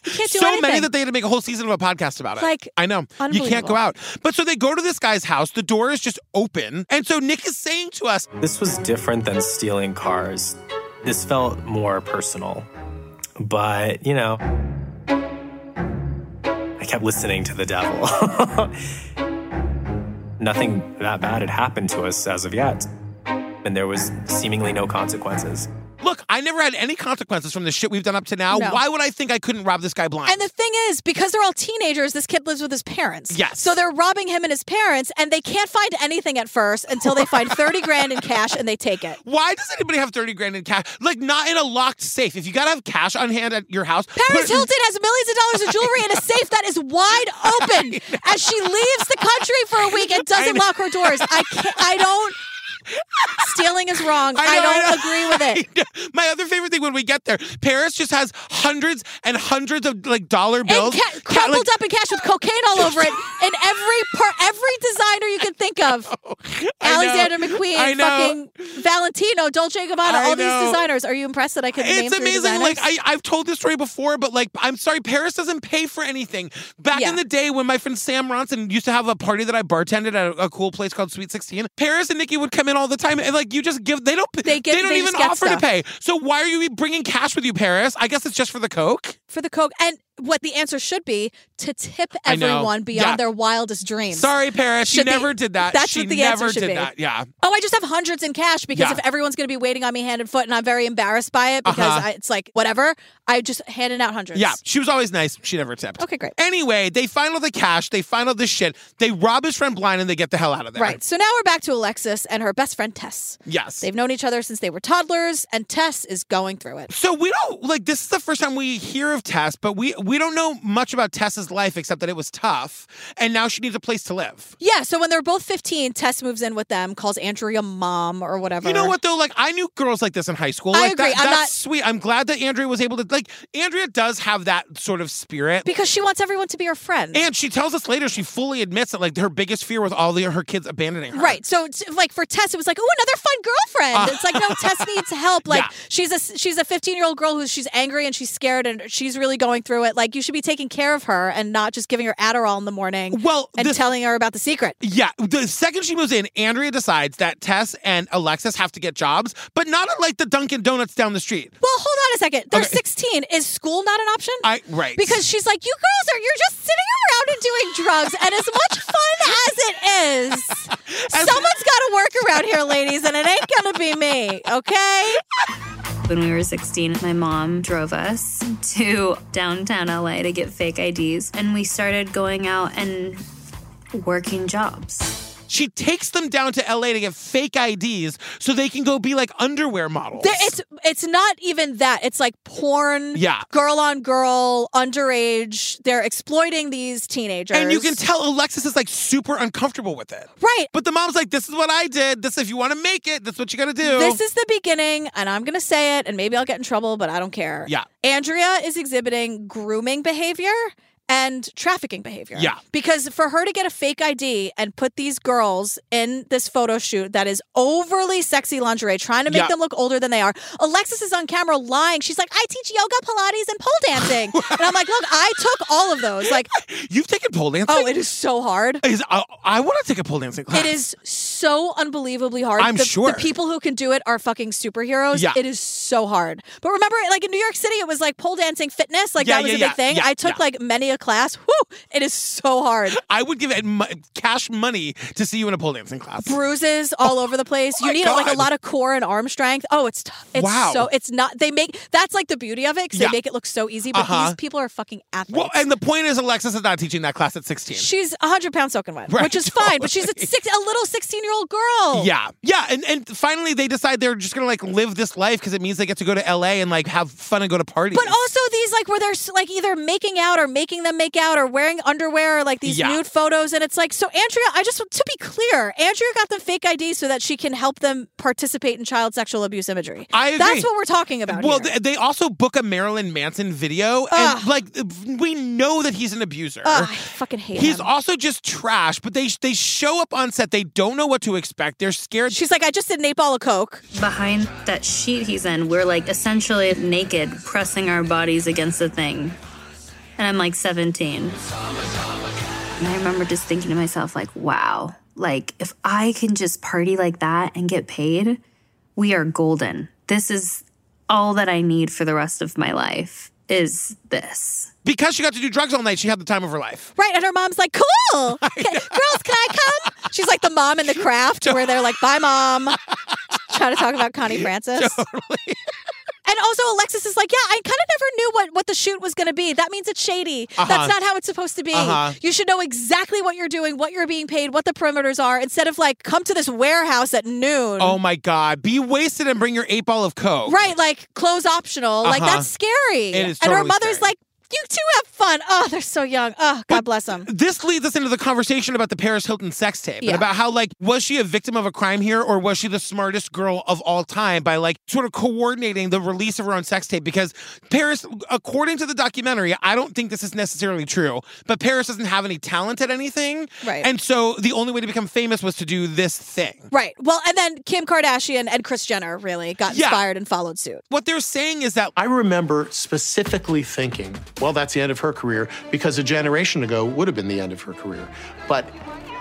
you can't do Oh, so anything. many that they had to make a whole season of a podcast about it. Like, I know you can't go unbelievable. out. But so they go to this guy's house. The door is just open, and so Nick is saying to us, This was different than stealing cars. This felt more personal. But, you know, I kept listening to the devil. Nothing that bad had happened to us as of yet. And there was seemingly no consequences. Look, I never had any consequences from the shit we've done up to now. No. Why would I think I couldn't rob this guy blind? And the thing is, because they're all teenagers, this kid lives with his parents. Yes. So they're robbing him and his parents, and they can't find anything at first until they find 30 grand in cash and they take it. Why does anybody have 30 grand in cash? Like, not in a locked safe. If you gotta have cash on hand at your house, Paris put it- Hilton has millions of dollars of jewelry in a safe that is wide open as she leaves the country for a week and doesn't lock her doors. I can't, I don't. Stealing is wrong. I, know, don't know. agree with it. My other favorite thing when we get there, Paris just has hundreds and hundreds of like dollar bills. Ca- crumpled up in cash with cocaine all over it, and every per- every designer you can think of. Alexander know. McQueen, I know. fucking Valentino, Dolce & Gabbana, I all know. these designers. Are you impressed that I could name It's three amazing. Like designers? I, I've told this story before, but like I'm sorry, Paris doesn't pay for anything. Back in the day when my friend Sam Ronson used to have a party that I bartended at a, a cool place called Sweet 16, Paris and Nikki would come in all the time and like you just give they don't they, get- they don't they even just get offer stuff. to pay. So why are you e, bringing cash with you, Paris? I guess it's just for the coke. for the coke, and what the answer should be to tip I know. everyone beyond Yeah. their wildest dreams. Sorry, Paris, she Should be- never did that. that's she what the never answer should did be. that. Yeah. Oh, I just have hundreds in cash because Yeah. if everyone's going to be waiting on me hand and foot, and I'm very embarrassed by it because Uh-huh. I, it's like whatever. I just handed out hundreds. Yeah, she was always nice. She never tipped. Okay, great. Anyway, they find all the cash, they find all this shit, they rob his friend blind, and they get the hell out of there. Right. So now we're back to Alexis and her best friend Tess. Yes. They've known each other since they were toddlers, and Tess is going through it. So we don't like this is the first time we hear of Tess, but we we don't know much about Tess's life except that it was tough, and now she needs a place to live. Yeah, so when they're both 15, Tess moves in with them, calls Andrea mom or whatever. You know what though? Like I knew girls like this in high school. I Like, agree. That, I'm that's not- sweet. I'm glad that Andrea was able to like Andrea does have that sort of spirit. Because she wants everyone to be her friend. and she tells us later she fully admits that like her biggest fear was all the, her kids abandoning her. Right. So it's like for Tess, it was like, oh, another fun girlfriend. It's like, no, Tess needs help. Like Yeah. she's a she's a 15 year old girl who's she's angry and she's scared and she's really going through it. Like you should be taking care of her and not just giving her Adderall in the morning. Well, and this- telling her about the secret. Yeah, the second she moves in, Andrea decides that Tess and Alexis have to get jobs, but not at like the Dunkin' Donuts down the street. Well, hold on a second. They're 16. Is school not an option? I right because she's like, you girls are you're just sitting around and doing drugs, and as much fun as it is, someone's got to work around here, ladies, and it ain't gonna be me, okay? When we were 16, my mom drove us to downtown LA to get fake IDs, and we started going out and working jobs. she takes them down to LA to get fake IDs so they can go be like underwear models. There- it's it's not even that. It's like porn, Yeah. girl on girl, underage. They're exploiting these teenagers, and you can tell Alexis is like super uncomfortable with it. right. But the mom's like, this is what I did. This, if you want to make it, that's what you got to do. This is the beginning, and I'm gonna say it, and maybe I'll get in trouble, but I don't care. Yeah. Andrea is exhibiting grooming behavior and trafficking behavior. Yeah. Because for her to get a fake ID and put these girls in this photo shoot that is overly sexy lingerie, trying to make Yeah. them look older than they are, Alexis is on camera lying. She's like, I teach yoga, Pilates, and pole dancing. and I'm like, look, I took all of those. Like, You've taken pole dancing? oh, it is so hard. Is, I, I want to take a pole dancing class. It is so unbelievably hard. I'm the, sure. the people who can do it are fucking superheroes. Yeah. It is so hard. But remember, like in New York City, it was like pole dancing fitness. Like Yeah, that was yeah, a yeah, big thing. yeah, I took yeah. like many a class. Whew, it is so hard. I would give it mu- cash money to see you in a pole dancing class. Bruises all over the place. you need like a Oh God. lot of core and arm strength. Oh, it's tough. It's Wow. so it's not. They make that's like the beauty of it 'cause Yeah. they make it look so easy. But Uh-huh. these people are fucking athletes. Well, and the point is, Alexis is not teaching that class at 16. She's hundred pounds soaking wet, Right, which is fine. But she's a, totally. six, a little sixteen-year-old girl. Yeah, yeah, and and finally they decide they're just gonna like live this life because it means they get to go to L.A. and like have fun and go to parties. But also these like where they're s- like either making out or making them make out or wearing underwear or like these Yeah. nude photos and it's like so Andrea I just to be clear Andrea got them fake ID so that she can help them participate in child sexual abuse imagery. I agree. That's what we're talking about. well, here. th- they also book a Marilyn Manson video, and Ugh. like we know that he's an abuser. Ugh, Ah, I fucking hate uh, He's him. also just trash, but they they show up on set. They don't know what to expect. They're scared. She's like, I just did an eight ball of coke. Behind that sheet he's in, we're like essentially naked, pressing our bodies against the thing. And I'm like 17. And I remember just thinking to myself, like, wow, like if I can just party like that and get paid, we are golden. This is all that I need for the rest of my life is this? Because she got to do drugs all night, she had the time of her life. Right, and her mom's like, "Cool, Okay, girls, can I come?" She's like the mom in The Craft, where they're like, "Bye, mom." Trying to talk about Connie Francis. And also, Alexis is like, yeah, I kind of never knew what, what the shoot was going to be. That means it's shady. Uh-huh. That's not how it's supposed to be. Uh-huh. You should know exactly what you're doing, what you're being paid, what the perimeters are, instead of like, come to this warehouse at noon. Oh my God. Be wasted and bring your eight ball of Coke. Right, like clothes optional. Like Uh-huh. that's scary. It is and her totally mother's like, you two have fun. Oh, they're so young. Oh, God bless them. This leads us into the conversation about the Paris Hilton sex tape Yeah. and about how, like, was she a victim of a crime here or was she the smartest girl of all time by, like, sort of coordinating the release of her own sex tape? Because Paris, according to the documentary, I don't think this is necessarily true, but Paris doesn't have any talent at anything. Right. And so the only way to become famous was to do this thing. Right. Well, and then Kim Kardashian and Chris Jenner really got Yeah. inspired and followed suit. What they're saying is that I remember specifically thinking, well, that's the end of her career because a generation ago would have been the end of her career. But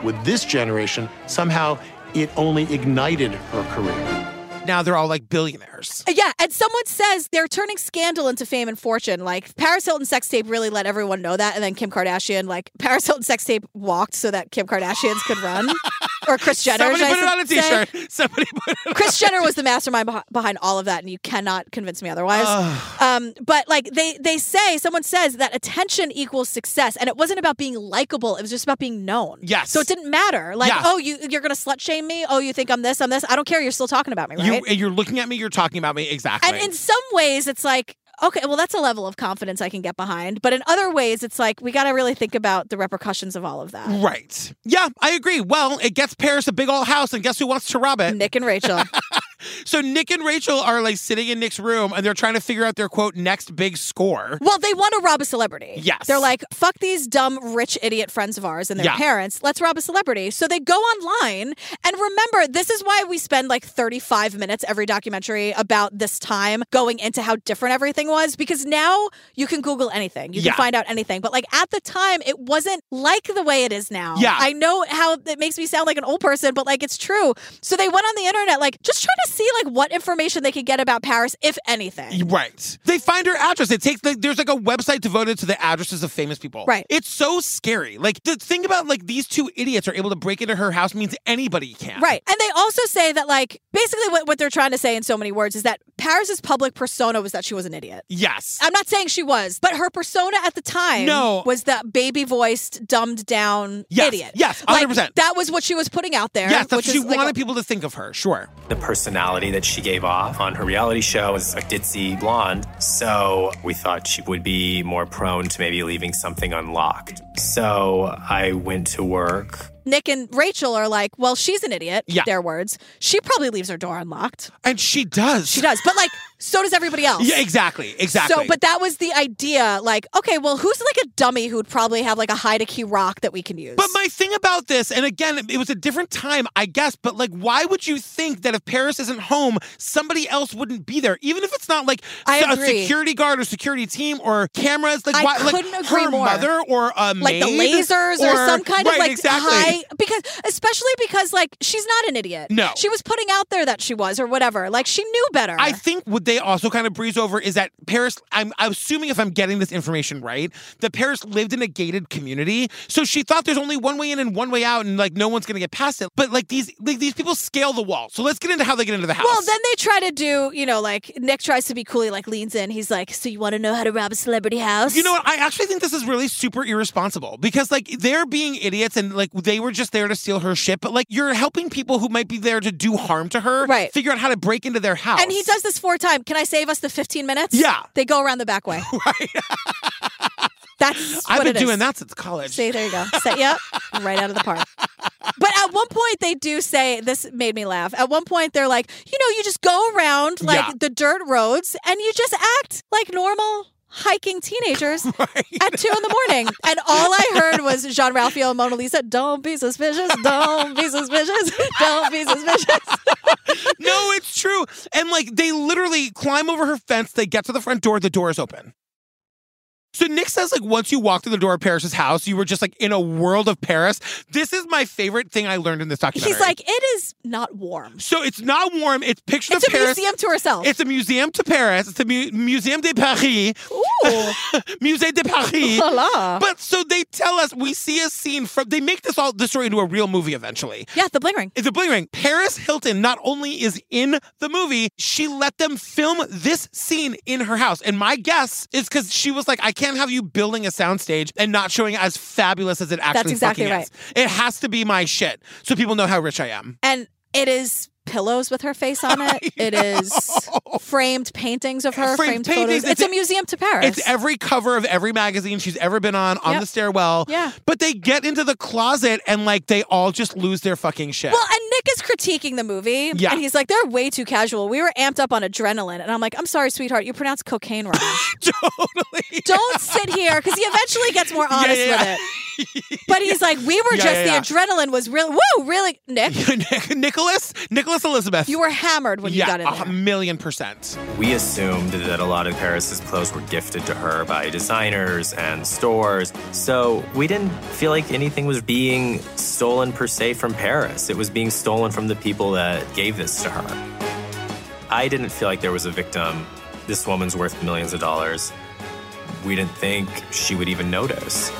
with this generation, somehow it only ignited her career. now they're all like billionaires. Uh, Yeah, and someone says they're turning scandal into fame and fortune. Like Paris Hilton sex tape really let everyone know that, and then Kim Kardashian, like Paris Hilton sex tape walked so that Kim Kardashians could run, or Chris Jenner. Somebody should I put it on a say. t-shirt. Somebody put it Chris Jenner was the mastermind beh- behind all of that, and you cannot convince me otherwise. Ugh. um, but like they they say, someone says that attention equals success, and it wasn't about being likable; it was just about being known. Yes. So it didn't matter. Like, Yeah. oh, you you're gonna slut shame me? Oh, you think I'm this? I'm this? I don't care. You're still talking about me, You, right? you're looking at me, you're talking about me. Exactly. And in some ways, it's like, okay, well, that's a level of confidence I can get behind. But in other ways, it's like, we got to really think about the repercussions of all of Mm. that. Right. Yeah, I agree. Well, it gets Paris a big old house, and guess who wants to rob it? Nick and Rachel. so Nick and Rachel are like sitting in Nick's room, and they're trying to figure out their quote next big score. Well, they want to rob a celebrity. Yes. They're like, fuck these dumb, rich, idiot friends of ours and their Yeah. parents. Let's rob a celebrity. So they go online. And remember, this is why we spend like 35 minutes every documentary about this time going into how different everything was because now you can Google anything. You Yeah. can find out anything. But like at the time, it wasn't like the way it is now. Yeah. I know how it makes me sound like an old person, but like it's true. So they went on the internet, like just trying to see like what information they could get about Paris, if anything. Right. They find her address. It takes like there's like a website devoted to the addresses of famous people. Right. It's so scary. Like the thing about like these two idiots are able to break into her house means anybody can. Right. And they also say that, like, basically what, what they're trying to say in so many words is that Paris's public persona was that she was an idiot. Yes. I'm not saying she was, but her persona at the time No. was that baby voiced, dumbed down Yes. idiot. Yes. Like, 100%. that was what she was putting out there. Yes, that's which what she is, like, wanted people to think of her. Sure. The personality that she gave off on her reality show was a ditzy blonde, so we thought she would be more prone to maybe leaving something unlocked. So I went to work. Nick and Rachel are like, well, she's an idiot. Yeah. Their words. She probably leaves her door unlocked. And she does. She does. But, like, so does everybody else. Yeah, exactly. Exactly. So, but that was the idea. Like, okay, well, who's like a dummy who would probably have like a hide a key rock that we can use? But my thing about this, and again, it was a different time, I guess, but like, why would you think that if Paris isn't home, somebody else wouldn't be there? Even if it's not like I a agree. security guard or security team or cameras, like, I why, like couldn't agree her more. mother or a like the maid lasers or, some kind of Right, like exactly. high because especially because like she's not an idiot. No. She was putting out there that she was or whatever. Like she knew better. I think what they also kind of breeze over is that Paris, I'm, I'm assuming if I'm getting this information right, that Paris lived in a gated community. So she thought there's only one way in and one way out, and like no one's going to get past it. But like these like, these people scale the wall. So let's get into how they get into the house. well, then they try to do, you know, like Nick tries to be cool. He like leans in. He's like, "So you want to know how to rob a celebrity house?" You know what? I actually think this is really super irresponsible because like they're being idiots and like they were just there to steal her shit, but like you're helping people who might be there to do harm to her Right. figure out how to break into their house. And he does this four times. Can I save us the fifteen minutes? Yeah. They go around the back way. That's I've what been it is. doing that since college. See, there you go. Set you up right out of the park. But at one point, they do say this made me laugh. At one point, they're like, you know, you just go around like Yeah. the dirt roads and you just act like normal hiking teenagers at two in the morning. And all I heard was Jean Ralphio and Mona Lisa, don't be suspicious, don't be suspicious, don't be suspicious. no, it's true. And like they literally climb over her fence, they get to the front door, the door is open. So Nick says, like, once you walked through the door of Paris's house, you were just like in a world of Paris. This is my favorite thing I learned in this documentary. He's like, it is not warm. so it's not warm. It's pictures It's of a Paris. museum to herself. It's a museum to Paris. It's a mu- museum de Paris. Musée de Paris. La la. But so they tell us we see a scene from. They make this all this story into a real movie eventually. Yeah, the bling ring. It's a bling ring. Paris Hilton not only is in the movie, she let them film this scene in her house. And my guess is because she was like, I can't have you building a soundstage and not showing it as fabulous as it actually exactly fucking right. is. It has to be my shit so people know how rich I am. And it is pillows with her face on it. It is framed paintings of her, Framed framed, paintings. photos. It's, It's- a museum to Paris. It's every cover of every magazine she's ever been on on Yep. the stairwell. Yeah. But they get into the closet and like they all just lose their fucking shit. well, and Nick is critiquing the movie, Yeah. and he's like, "They're way too casual. We were amped up on adrenaline." And I'm like, "I'm sorry, sweetheart. You pronounce cocaine wrong. totally. Don't sit here because he eventually gets more honest yeah, yeah. with it. But he's like, "We were Yeah, just yeah, yeah. the adrenaline was real. Woo, really, Nick. Nicholas, Nicholas Elizabeth. You were hammered when yeah, uh, you got in there. a million percent. We assumed that a lot of Paris's clothes were gifted to her by designers and stores, so we didn't feel like anything was being stolen per se from Paris. It was being stolen from the people that gave this to her. I didn't feel like there was a victim. This woman's worth millions of dollars. We didn't think she would even notice.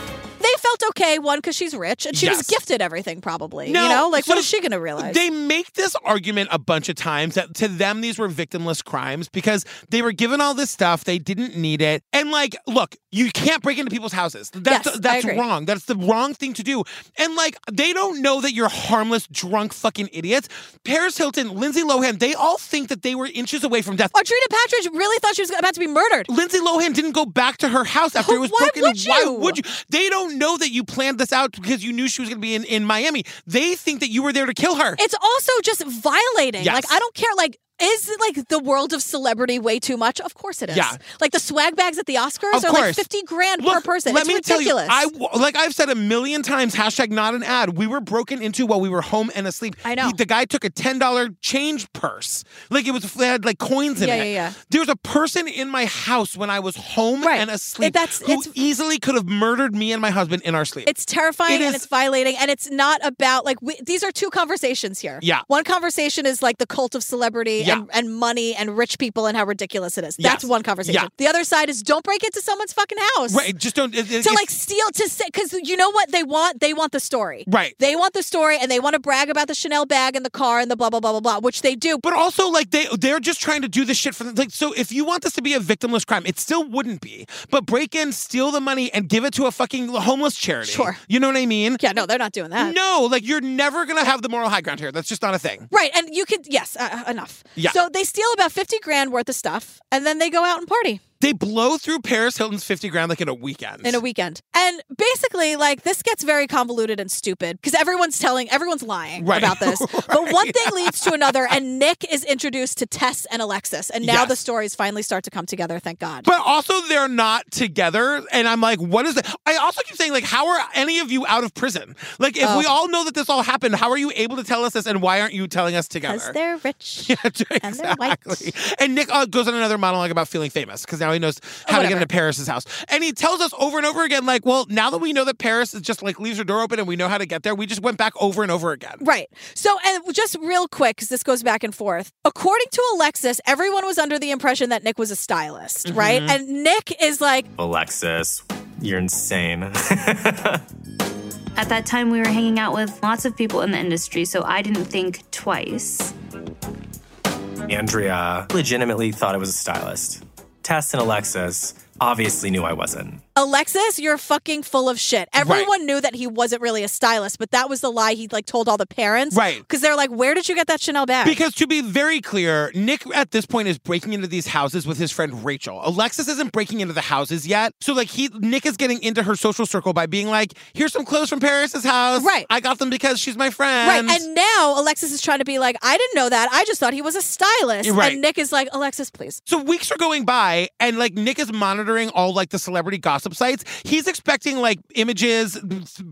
They felt okay, one, because she's rich, and she Yes. was gifted everything, probably. No, you know, like so what is she going to realize? They make this argument a bunch of times that to them these were victimless crimes because they were given all this stuff they didn't need it. And like, look, you can't break into people's houses. That's Yes, I that's agree. wrong. That's the wrong thing to do. And like, they don't know that you're harmless, drunk fucking idiots. Paris Hilton, Lindsay Lohan, they all think that they were inches away from death. Audrina Patridge really thought she was about to be murdered. Lindsay Lohan didn't go back to her house after it was Why broken. would Why you? would you? They don't know that you planned this out because you knew she was going to be in, in Miami. They think that you were there to kill her. It's also just violating. Yes. Like I don't care. Like is like the world of celebrity way too much? Of course it is. Yeah. Like the swag bags at the Oscars Of are course. like fifty grand per person. Let it's me ridiculous. tell you, I like I've said a million times. Hashtag not an ad. We were broken into while we were home and asleep. I know the guy took a ten dollar change purse. Like it was it had like coins in Yeah, it. yeah, yeah. There was a person in my house when I was home and asleep that's- who it's- easily could have murdered me and my husband in our sleep. it's terrifying It and is- it's violating and it's not about like we, these are two conversations here. Yeah. One conversation is like the cult of celebrity Yeah. and, and money and rich people and how ridiculous it is. That's Yes. one conversation. Yeah. The other side is don't break into someone's fucking house. right. Just don't. It, it- to like it's- steal to say because you know what they want they want the story Right. they want the story and they want to brag about the chanel bag and the car and the blah blah blah blah blah which they do But also, like they they're just trying to do this shit for them. Like, so if you want this to be a victimless crime, it still wouldn't be. But break in, steal the money, and give it to a fucking homeless charity. Sure. You know what I mean? yeah no they're not doing that No, like you're never gonna have the moral high ground here. That's just not a thing. right and you could yes uh, uh, enough Yeah. so they steal about 50 grand worth of stuff and then they go out and party They blow through Paris Hilton's 50 grand like in a weekend. in a weekend and basically like this gets very convoluted and stupid because everyone's telling everyone's lying Right. about this but one thing leads to another and nick is introduced to tess and alexis and now Yes. the stories finally start to come together thank god but also they're not together. And I'm like, what is that? I also keep saying, like, how are any of you out of prison? Like, if Oh. we all know that this all happened, how are you able to tell us this and why aren't you telling us because together? they're rich Yeah, exactly. And, they're white. Nick uh, goes on another monologue about feeling famous because now he knows how to get Oh, whatever. into Paris's house. And he tells us over and over again, like, well, now that we know that Paris is just like leaves her door open and we know how to get there, we just went back over and over again. Right. So, and just real quick, because this goes back and forth. According to Alexis, everyone was under the impression that Nick was a stylist, right? Mm-hmm. Mhm. And Nick is like, Alexis, you're insane. At that time, we were hanging out with lots of people in the industry, so I didn't think twice. Andrea legitimately thought I was a stylist. Tess and Alexis obviously knew I wasn't. Alexis, you're fucking full of shit. Everyone knew that he wasn't really a stylist, but that was the lie he like told all the parents, Right. Because they're like, where did you get that Chanel bag? Because to be very clear, Nick at this point is breaking into these houses with his friend Rachel. Alexis isn't breaking into the houses yet. So like he Nick is getting into her social circle by being like, here's some clothes from Paris's house. Right. I got them because she's my Right, friend. and now Alexis is trying to be like, I didn't know that. I just thought he was a stylist. Right. And Nick is like, Alexis, please. so weeks are going by and like Nick is monitoring monitoring all like the celebrity gossip sites. He's expecting like images,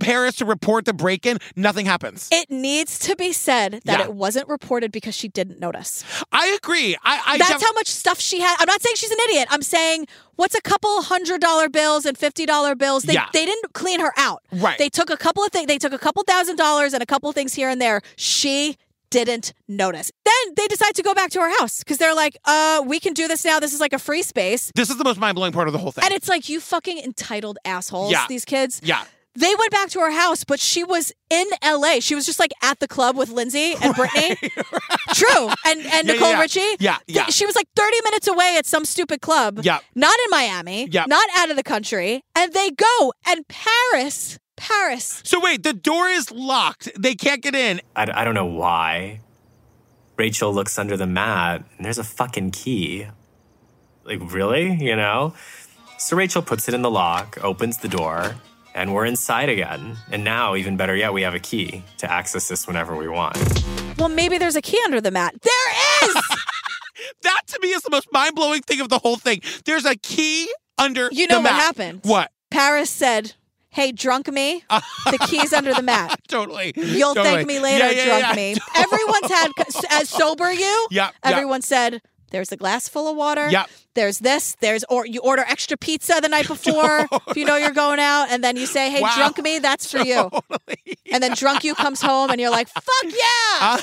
Paris to report the break in. Nothing happens. It needs to be said that Yeah. it wasn't reported because she didn't notice. I agree. I, I That's def- how much stuff she had. I'm not saying she's an idiot. I'm saying what's a couple hundred dollar bills and fifty dollar bills. They Yeah. they didn't clean her out. Right. They took a couple of things. They took a couple thousand dollars and a couple of things here and there. She didn't notice. Then they decide to go back to her house because they're like, uh, we can do this now. This is like a free space. This is the most mind blowing part of the whole thing. And it's like you fucking entitled assholes. Yeah. These kids. yeah. They went back to her house, but she was in LA. She was just like at the club with Lindsay and Brittany. True. And and Yeah, Nicole yeah, yeah. Richie. Yeah, Th- yeah. She was like 30 minutes away at some stupid club. Yeah. Not in Miami. Yeah. Not out of the country. And they go and Paris. Paris. So wait, the door is locked. They can't get in. I, I don't know why. Rachel looks under the mat and there's a fucking key. Like, really? You know? So Rachel puts it in the lock, opens the door, and we're inside again. And now, even better yet, we have a key to access this whenever we want. Well, maybe there's a key under the mat. There is. That to me is the most mind blowing thing of the whole thing. There's a key under. You know the what mat. happened? What? Paris said, Hey, drunk me. The key's under the mat. Totally. You'll Totally. thank me later, Yeah, yeah, drunk yeah. me. Everyone's had as sober you. Yep, yep. Everyone said there's a glass full of water. Yep. There's this. There's or you order extra pizza the night before if you know you're going out, and then you say, "Hey, Wow. drunk me, that's for you." And then drunk you comes home, and you're like, "Fuck yeah!" Uh,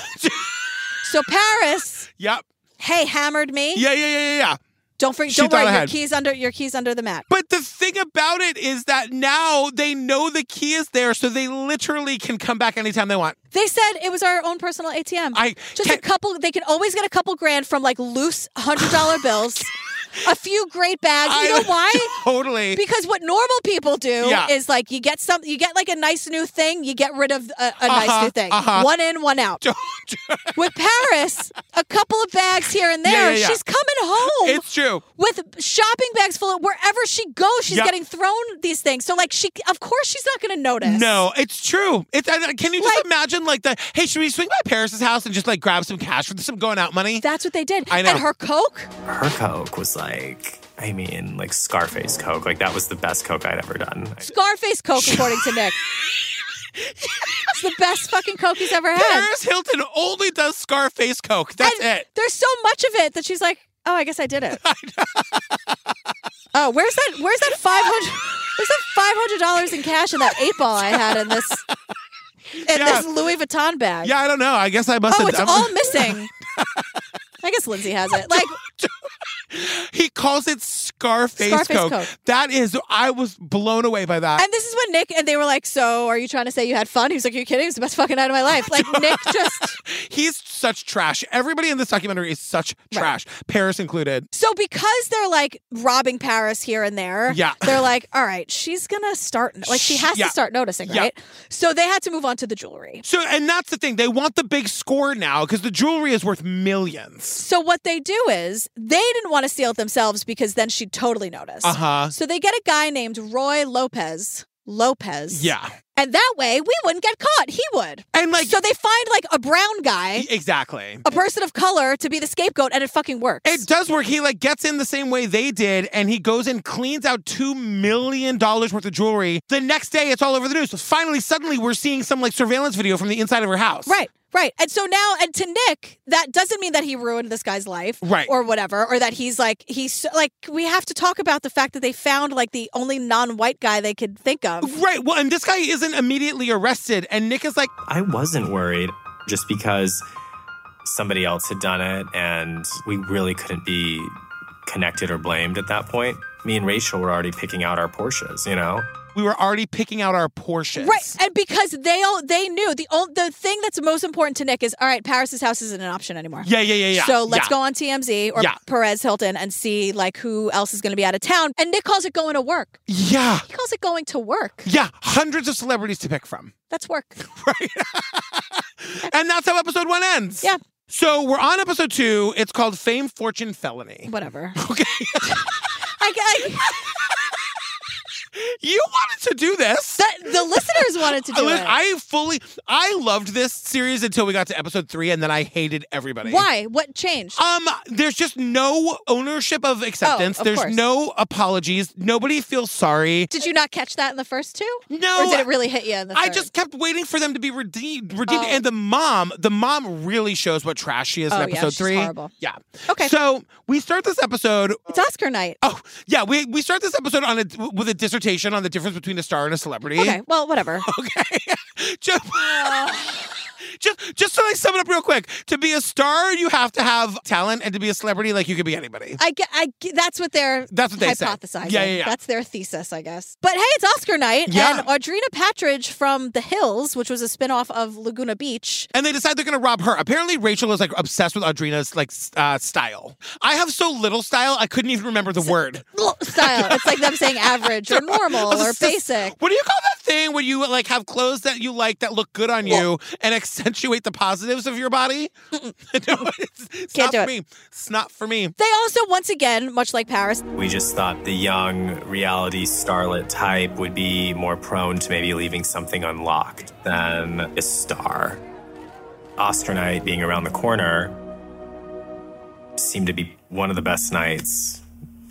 so Paris, yep. hey, hammered me. Yeah, yeah, yeah, yeah, yeah. Don't forget. She Don't worry. thought I Your had- keys under your keys under the mat. But the thing about it is that now they know the key is there, so they literally can come back anytime they want. They said it was our own personal ATM. I just a couple. They can always get a couple grand from like loose hundred dollar bills, a few great bags. You know why? Totally. Because what normal people do Yeah. is like you get some, you get like a nice new thing, you get rid of a, a nice Uh-huh, new thing. uh-huh. One in, one out. With Paris, a couple of bags here and Yeah, there. yeah, yeah. She's coming home. It's true. with shopping bags full of wherever she goes, she's Yep. getting thrown these things. So like she, of course, she's not going to notice. No, it's true. It's I- I- can you just imagine like the hey, should we swing by Paris's house and just like grab some cash for some going out money? That's what they did. I know. And her Coke. Her Coke was like, I mean, like Scarface Coke. Like, that was the best Coke I'd ever done. Scarface Coke, according to Nick. it's the best fucking Coke he's ever had. Paris Hilton only does Scarface Coke. That's it. There's so much of it that she's like, oh, I guess I did it. oh, where's that? Where's that five hundred? Where's that five hundred dollars in cash in that eight ball I had in this in Yeah. this Louis Vuitton bag? Yeah, I don't know. I guess I must oh, have it's I'm- all missing. I guess Lindsay has it. Like He calls it Scarface, Scarface Coke. Coke. That is I was blown away by that. And this is when Nick and they were like, "So, are you trying to say you had fun?" He was like, "Are you kidding? It was the best fucking night of my life." Like Nick just He's such trash. Everybody in this documentary is such trash. Paris included. so because they're like robbing Paris here and there. Yeah. they're like, "All right, she's gonna start like she has Yeah. to start noticing, Yeah. right?" So they had to move on to the jewelry. So and that's the thing. They want the big score now because the jewelry is worth millions. So what they do is they didn't want to steal it themselves because then she'd totally notice. Uh-huh. So they get a guy named Roy Lopez. Lopez. Yeah. And that way we wouldn't get caught. He would. And like So they find like a brown guy. Exactly. a person of color to be the scapegoat and it fucking works. It does work. He like gets in the same way they did, and he goes and cleans out two million dollars worth of jewelry. The next day, it's all over the news. Finally, suddenly, we're seeing some like surveillance video from the inside of her house. Right. Right. And so now, and to Nick, that doesn't mean that he ruined this guy's life Right. or whatever, or that he's like, he's like, we have to talk about the fact that they found like the only non white guy they could think of. Right. Well, and this guy isn't immediately arrested, and Nick is like, I wasn't worried just because somebody else had done it and we really couldn't be connected or blamed at that point. Me and Rachel were already picking out our Porsches, you know? we were already picking out our Porsches. Right. And because they all, they knew the only, the thing that's most important to Nick is, all right, Paris's house isn't an option anymore. Yeah, yeah, yeah, yeah. So let's Yeah. go on TMZ or Yeah. Perez Hilton and see like who else is going to be out of town. And Nick calls it going to work. Yeah. He calls it going to work. Yeah. Hundreds of celebrities to pick from. That's work. And that's how episode one ends. Yeah. So we're on episode two. It's called Fame, Fortune, Felony. Whatever. Okay. I, I, You wanted to do this. The, listeners wanted to do it. I fully, I loved this series until we got to episode three, and then I hated everybody. Why? What changed? Um, there's just no ownership of acceptance. Oh, of there's course. no apologies. Nobody feels sorry. Did you not catch that in the first two? No. Or did it really hit you in the I third? just kept waiting for them to be redeemed. Redeemed, and the mom, the mom really shows what trash she is Oh, in yeah, episode she's three. horrible. Yeah. Okay. So we start this episode. It's Oscar night. Oh yeah, we we start this episode on a with a dissertation on the difference between a star and a celebrity. Okay, well, whatever. Just, just just to like sum it up real quick. To be a star, you have to have talent, and to be a celebrity, like you could be anybody. I, ge- I ge- that's what they're That's what they said. hypothesizing. Yeah, yeah, yeah. That's their thesis, I guess. But hey, it's Oscar night, Yeah. and Audrina Patridge from The Hills, which was a spinoff of Laguna Beach. and they decide they're going to rob her. Apparently, Rachel is like obsessed with Audrina's like s- uh, style. I have so little style, I couldn't even remember the word. Style. It's like them saying average or normal or basic. What do you call that thing when you like have clothes that you like that look good on you and accentuate the positives of your body? no, it's, it's not Can't do for it. me. It's not for me. They also, once again, much like Paris, We just thought the young reality starlet type would be more prone to maybe leaving something unlocked than a star. Oscar night being around the corner seemed to be one of the best nights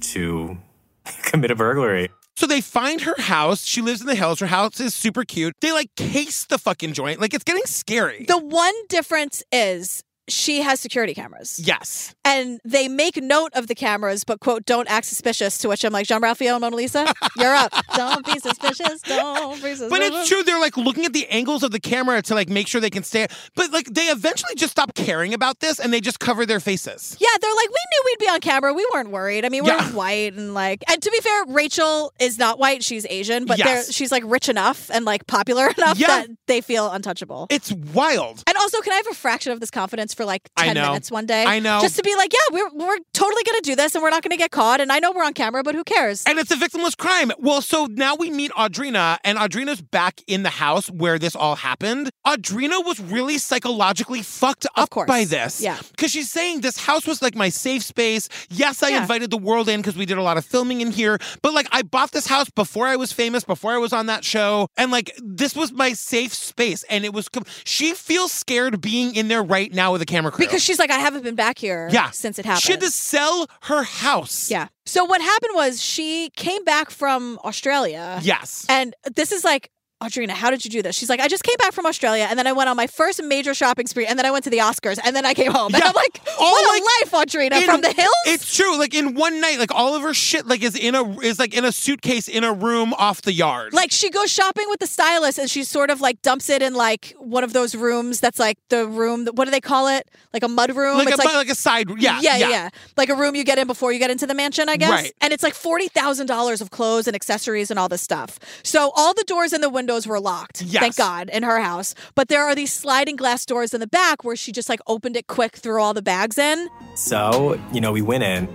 to commit a burglary. So they find her house. She lives in the hills. Her house is super cute. They like case the fucking joint. Like it's getting scary. the one difference is she has security cameras. yes. And they make note of the cameras, but quote, don't act suspicious. To which I'm like, Jean Raphael, Mona Lisa, you're up. don't be suspicious. Don't be suspicious. But it's true. They're like looking at the angles of the camera to like make sure they can stay. But like they eventually just stop caring about this and they just cover their faces. Yeah, they're like, we knew we'd be on camera. We weren't worried. I mean, we're Yeah. white and like, and to be fair, Rachel is not white. She's Asian, but Yes. they're, she's like rich enough and like popular enough Yeah. that they feel untouchable. It's wild. and also, can I have a fraction of this confidence for like I 10 know. minutes one day? I know. Just to be like, yeah, we're, we're totally going to do this and we're not going to get caught. And I know we're on camera, but who cares? And it's a victimless crime. Well, so now we meet Audrina, and Audrina's back in the house where this all happened. Audrina was really psychologically fucked up course. by this. Yeah. Because she's saying this house was like my safe space. Yes, I invited the world in because we did a lot of filming in here, but like I bought this house before I was famous, before I was on that show. And like this was my safe space. And it was, com- she feels scared being in there right now with a camera crew. Because she's like, I haven't been back here yeah. since it happened. She had to sell her house. Yeah. So what happened was she came back from Australia. Yes. And this is like, Audrina, how did you do this? She's like, I just came back from Australia and then I went on my first major shopping spree and then I went to the Oscars and then I came home. And Yeah. I'm like, All, what a life, Audrina, in- from the hills? It's true. Like in one night, like all of her shit like is in a is like in a suitcase in a room off the yard. Like she goes shopping with the stylist and she sort of like dumps it in like one of those rooms that's like the room, what do they call it? Like a mud room. like a It's bu- like, a side yeah yeah, yeah, Like a room you get in before you get into the mansion, I guess. Right. And it's like forty thousand dollars of clothes and accessories and all this stuff. So all the doors and the windows were locked. Yes. Thank God in her house. But there are these sliding glass doors in the back where she just like opened it quick, threw all the bags in. So, you know, we went in.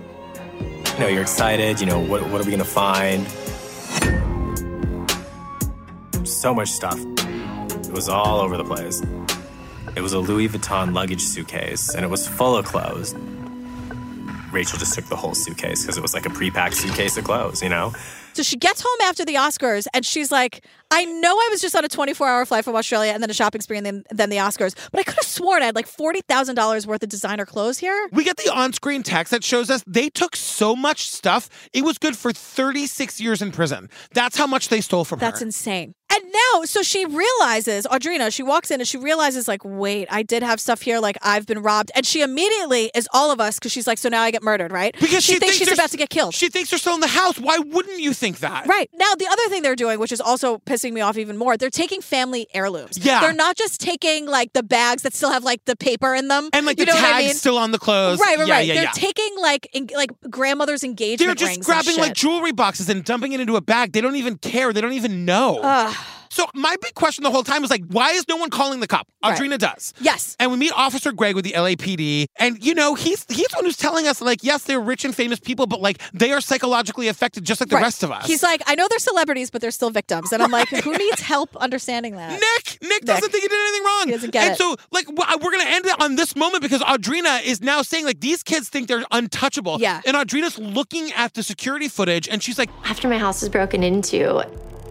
You know, you're excited. You know, what, what are we going to find? So much stuff. It was all over the place. It was a Louis Vuitton luggage suitcase, and it was full of clothes. Rachel just took the whole suitcase because it was like a pre-packed suitcase of clothes, you know? So she gets home after the Oscars and she's like, I know I was just on a 24 hour flight from Australia and then a shopping spree and then, then the Oscars, but I could have sworn I had like $40,000 worth of designer clothes here. We get the on-screen text that shows us they took so much stuff. It was good for 36 years in prison. That's how much they stole from That's her. insane. And now, so she realizes, Audrina, she walks in and she realizes, like, wait, I did have stuff here. Like, I've been robbed. And she immediately is all of us because she's like, so now I get murdered, right? Because she thinks she's there's- about to get killed. she thinks they're still in the house. Why wouldn't you think that? Right. Now, the other thing they're doing, which is also pissing me off even more, they're taking family heirlooms. Yeah. They're not just taking, like, the bags that still have, like, the paper in them. And like you the know tag's what I mean? still on the clothes. Right, right, yeah, right. Yeah, they're yeah. taking, like, en- like grandmother's engagement they're just rings and grabbing like shit. jewelry boxes and dumping it into a bag. They don't even care. They don't even know. Ugh. So my big question the whole time was like, why is no one calling the cop? Right. Audrina does. Yes. And we meet Officer Greg with the LAPD, and you know he's he's the one who's telling us like, yes, they're rich and famous people, but like they are psychologically affected just like the Right. rest of us. He's like, I know they're celebrities, but they're still victims. And I'm like, who needs help understanding that? Nick, Nick doesn't think he did anything wrong. He doesn't get and it. so, like, w- we're going to end it on this moment because Audrina is now saying, like, these kids think they're untouchable. Yeah. And Audrina's looking at the security footage and she's like, After my house was broken into,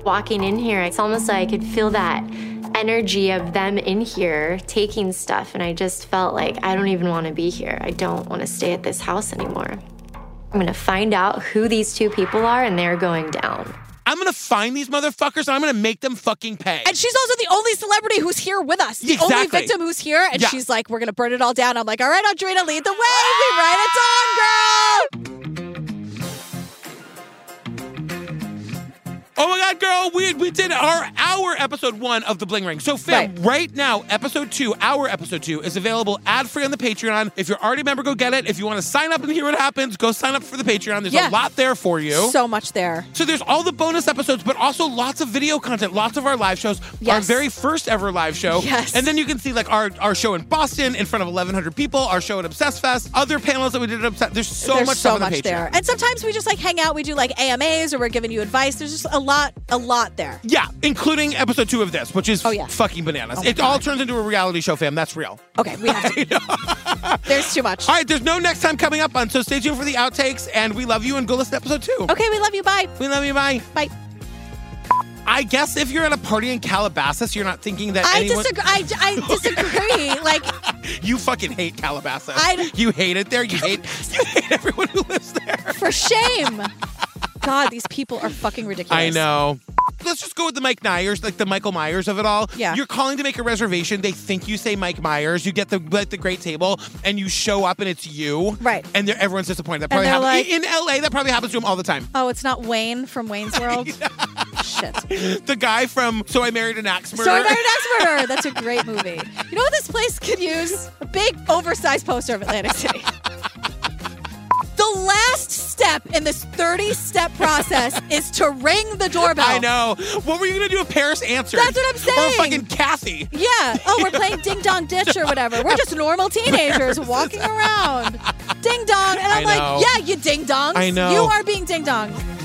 walking in here, it's almost like I could feel that energy of them in here taking stuff. And I just felt like I don't even want to be here. I don't want to stay at this house anymore. I'm going to find out who these two people are, and they're going down. I'm going to find these motherfuckers and I'm going to make them fucking pay. And she's also the only celebrity who's here with us, the only Exactly. victim who's here. And Yeah. she's like, we're going to burn it all down. I'm like, all right, Audrina, lead the way. We write it on, girl. Oh my God, girl, we, we did our our episode one of The Bling Ring. So, fam, right. now, episode two, our episode two, is available ad free on the Patreon. If you're already a member, go get it. If you want to sign up and hear what happens, go sign up for the Patreon. There's a Yeah. lot there for you. So much there. So there's all the bonus episodes, but also lots of video content, lots of our live shows, our very first ever live show. Yes. And then you can see like our, our show in Boston in front of 1,100 people, our show at Obsessed Fest, other panels that we did at Obsessed. There's so There's much so stuff on much the Patreon. there. And sometimes we just like hang out. We do like AMAs or we're giving you advice. There's just a lot, a lot there. Yeah, including episode two of this, which is Oh, yeah. fucking bananas. Oh, my it all turns into a reality show, fam. That's real. Okay, we have to. There's too much. All right, there's no next time coming up on, so stay tuned for the outtakes, and we love you, and go listen to episode two. Okay, we love you. Bye. We love you. Bye. Bye. I guess if you're at a party in Calabasas, you're not thinking that I anyone... disagree. I, I disagree. like, You fucking hate Calabasas. I- you hate it there. You hate. You hate everyone who lives there. for shame. God, these people are fucking ridiculous. I know. Let's just go with the Mike Myers, like the Michael Myers of it all. Yeah. You're calling to make a reservation. They think you say Mike Myers. You get the like, the great table, and you show up, and it's you. Right. And they're, everyone's disappointed. That And probably they're happens like- in L.A. That probably happens to him all the time. Oh, it's not Wayne from Wayne's World. Shit. The guy from So I Married an Axe Murderer. Story about an axe murderer. That's a great movie. You know what this place could use? A big, oversized poster of Atlantic City. The last step in this 30 step process is to ring the doorbell. I know. What were you gonna do if Paris answered? That's what I'm Or saying. fucking Kathy. Yeah. Oh, we're playing ding dong ditch or whatever. We're just normal teenagers walking around. Ding dong. And I'm I know. like, yeah, you ding dongs. I know. You are being ding dong.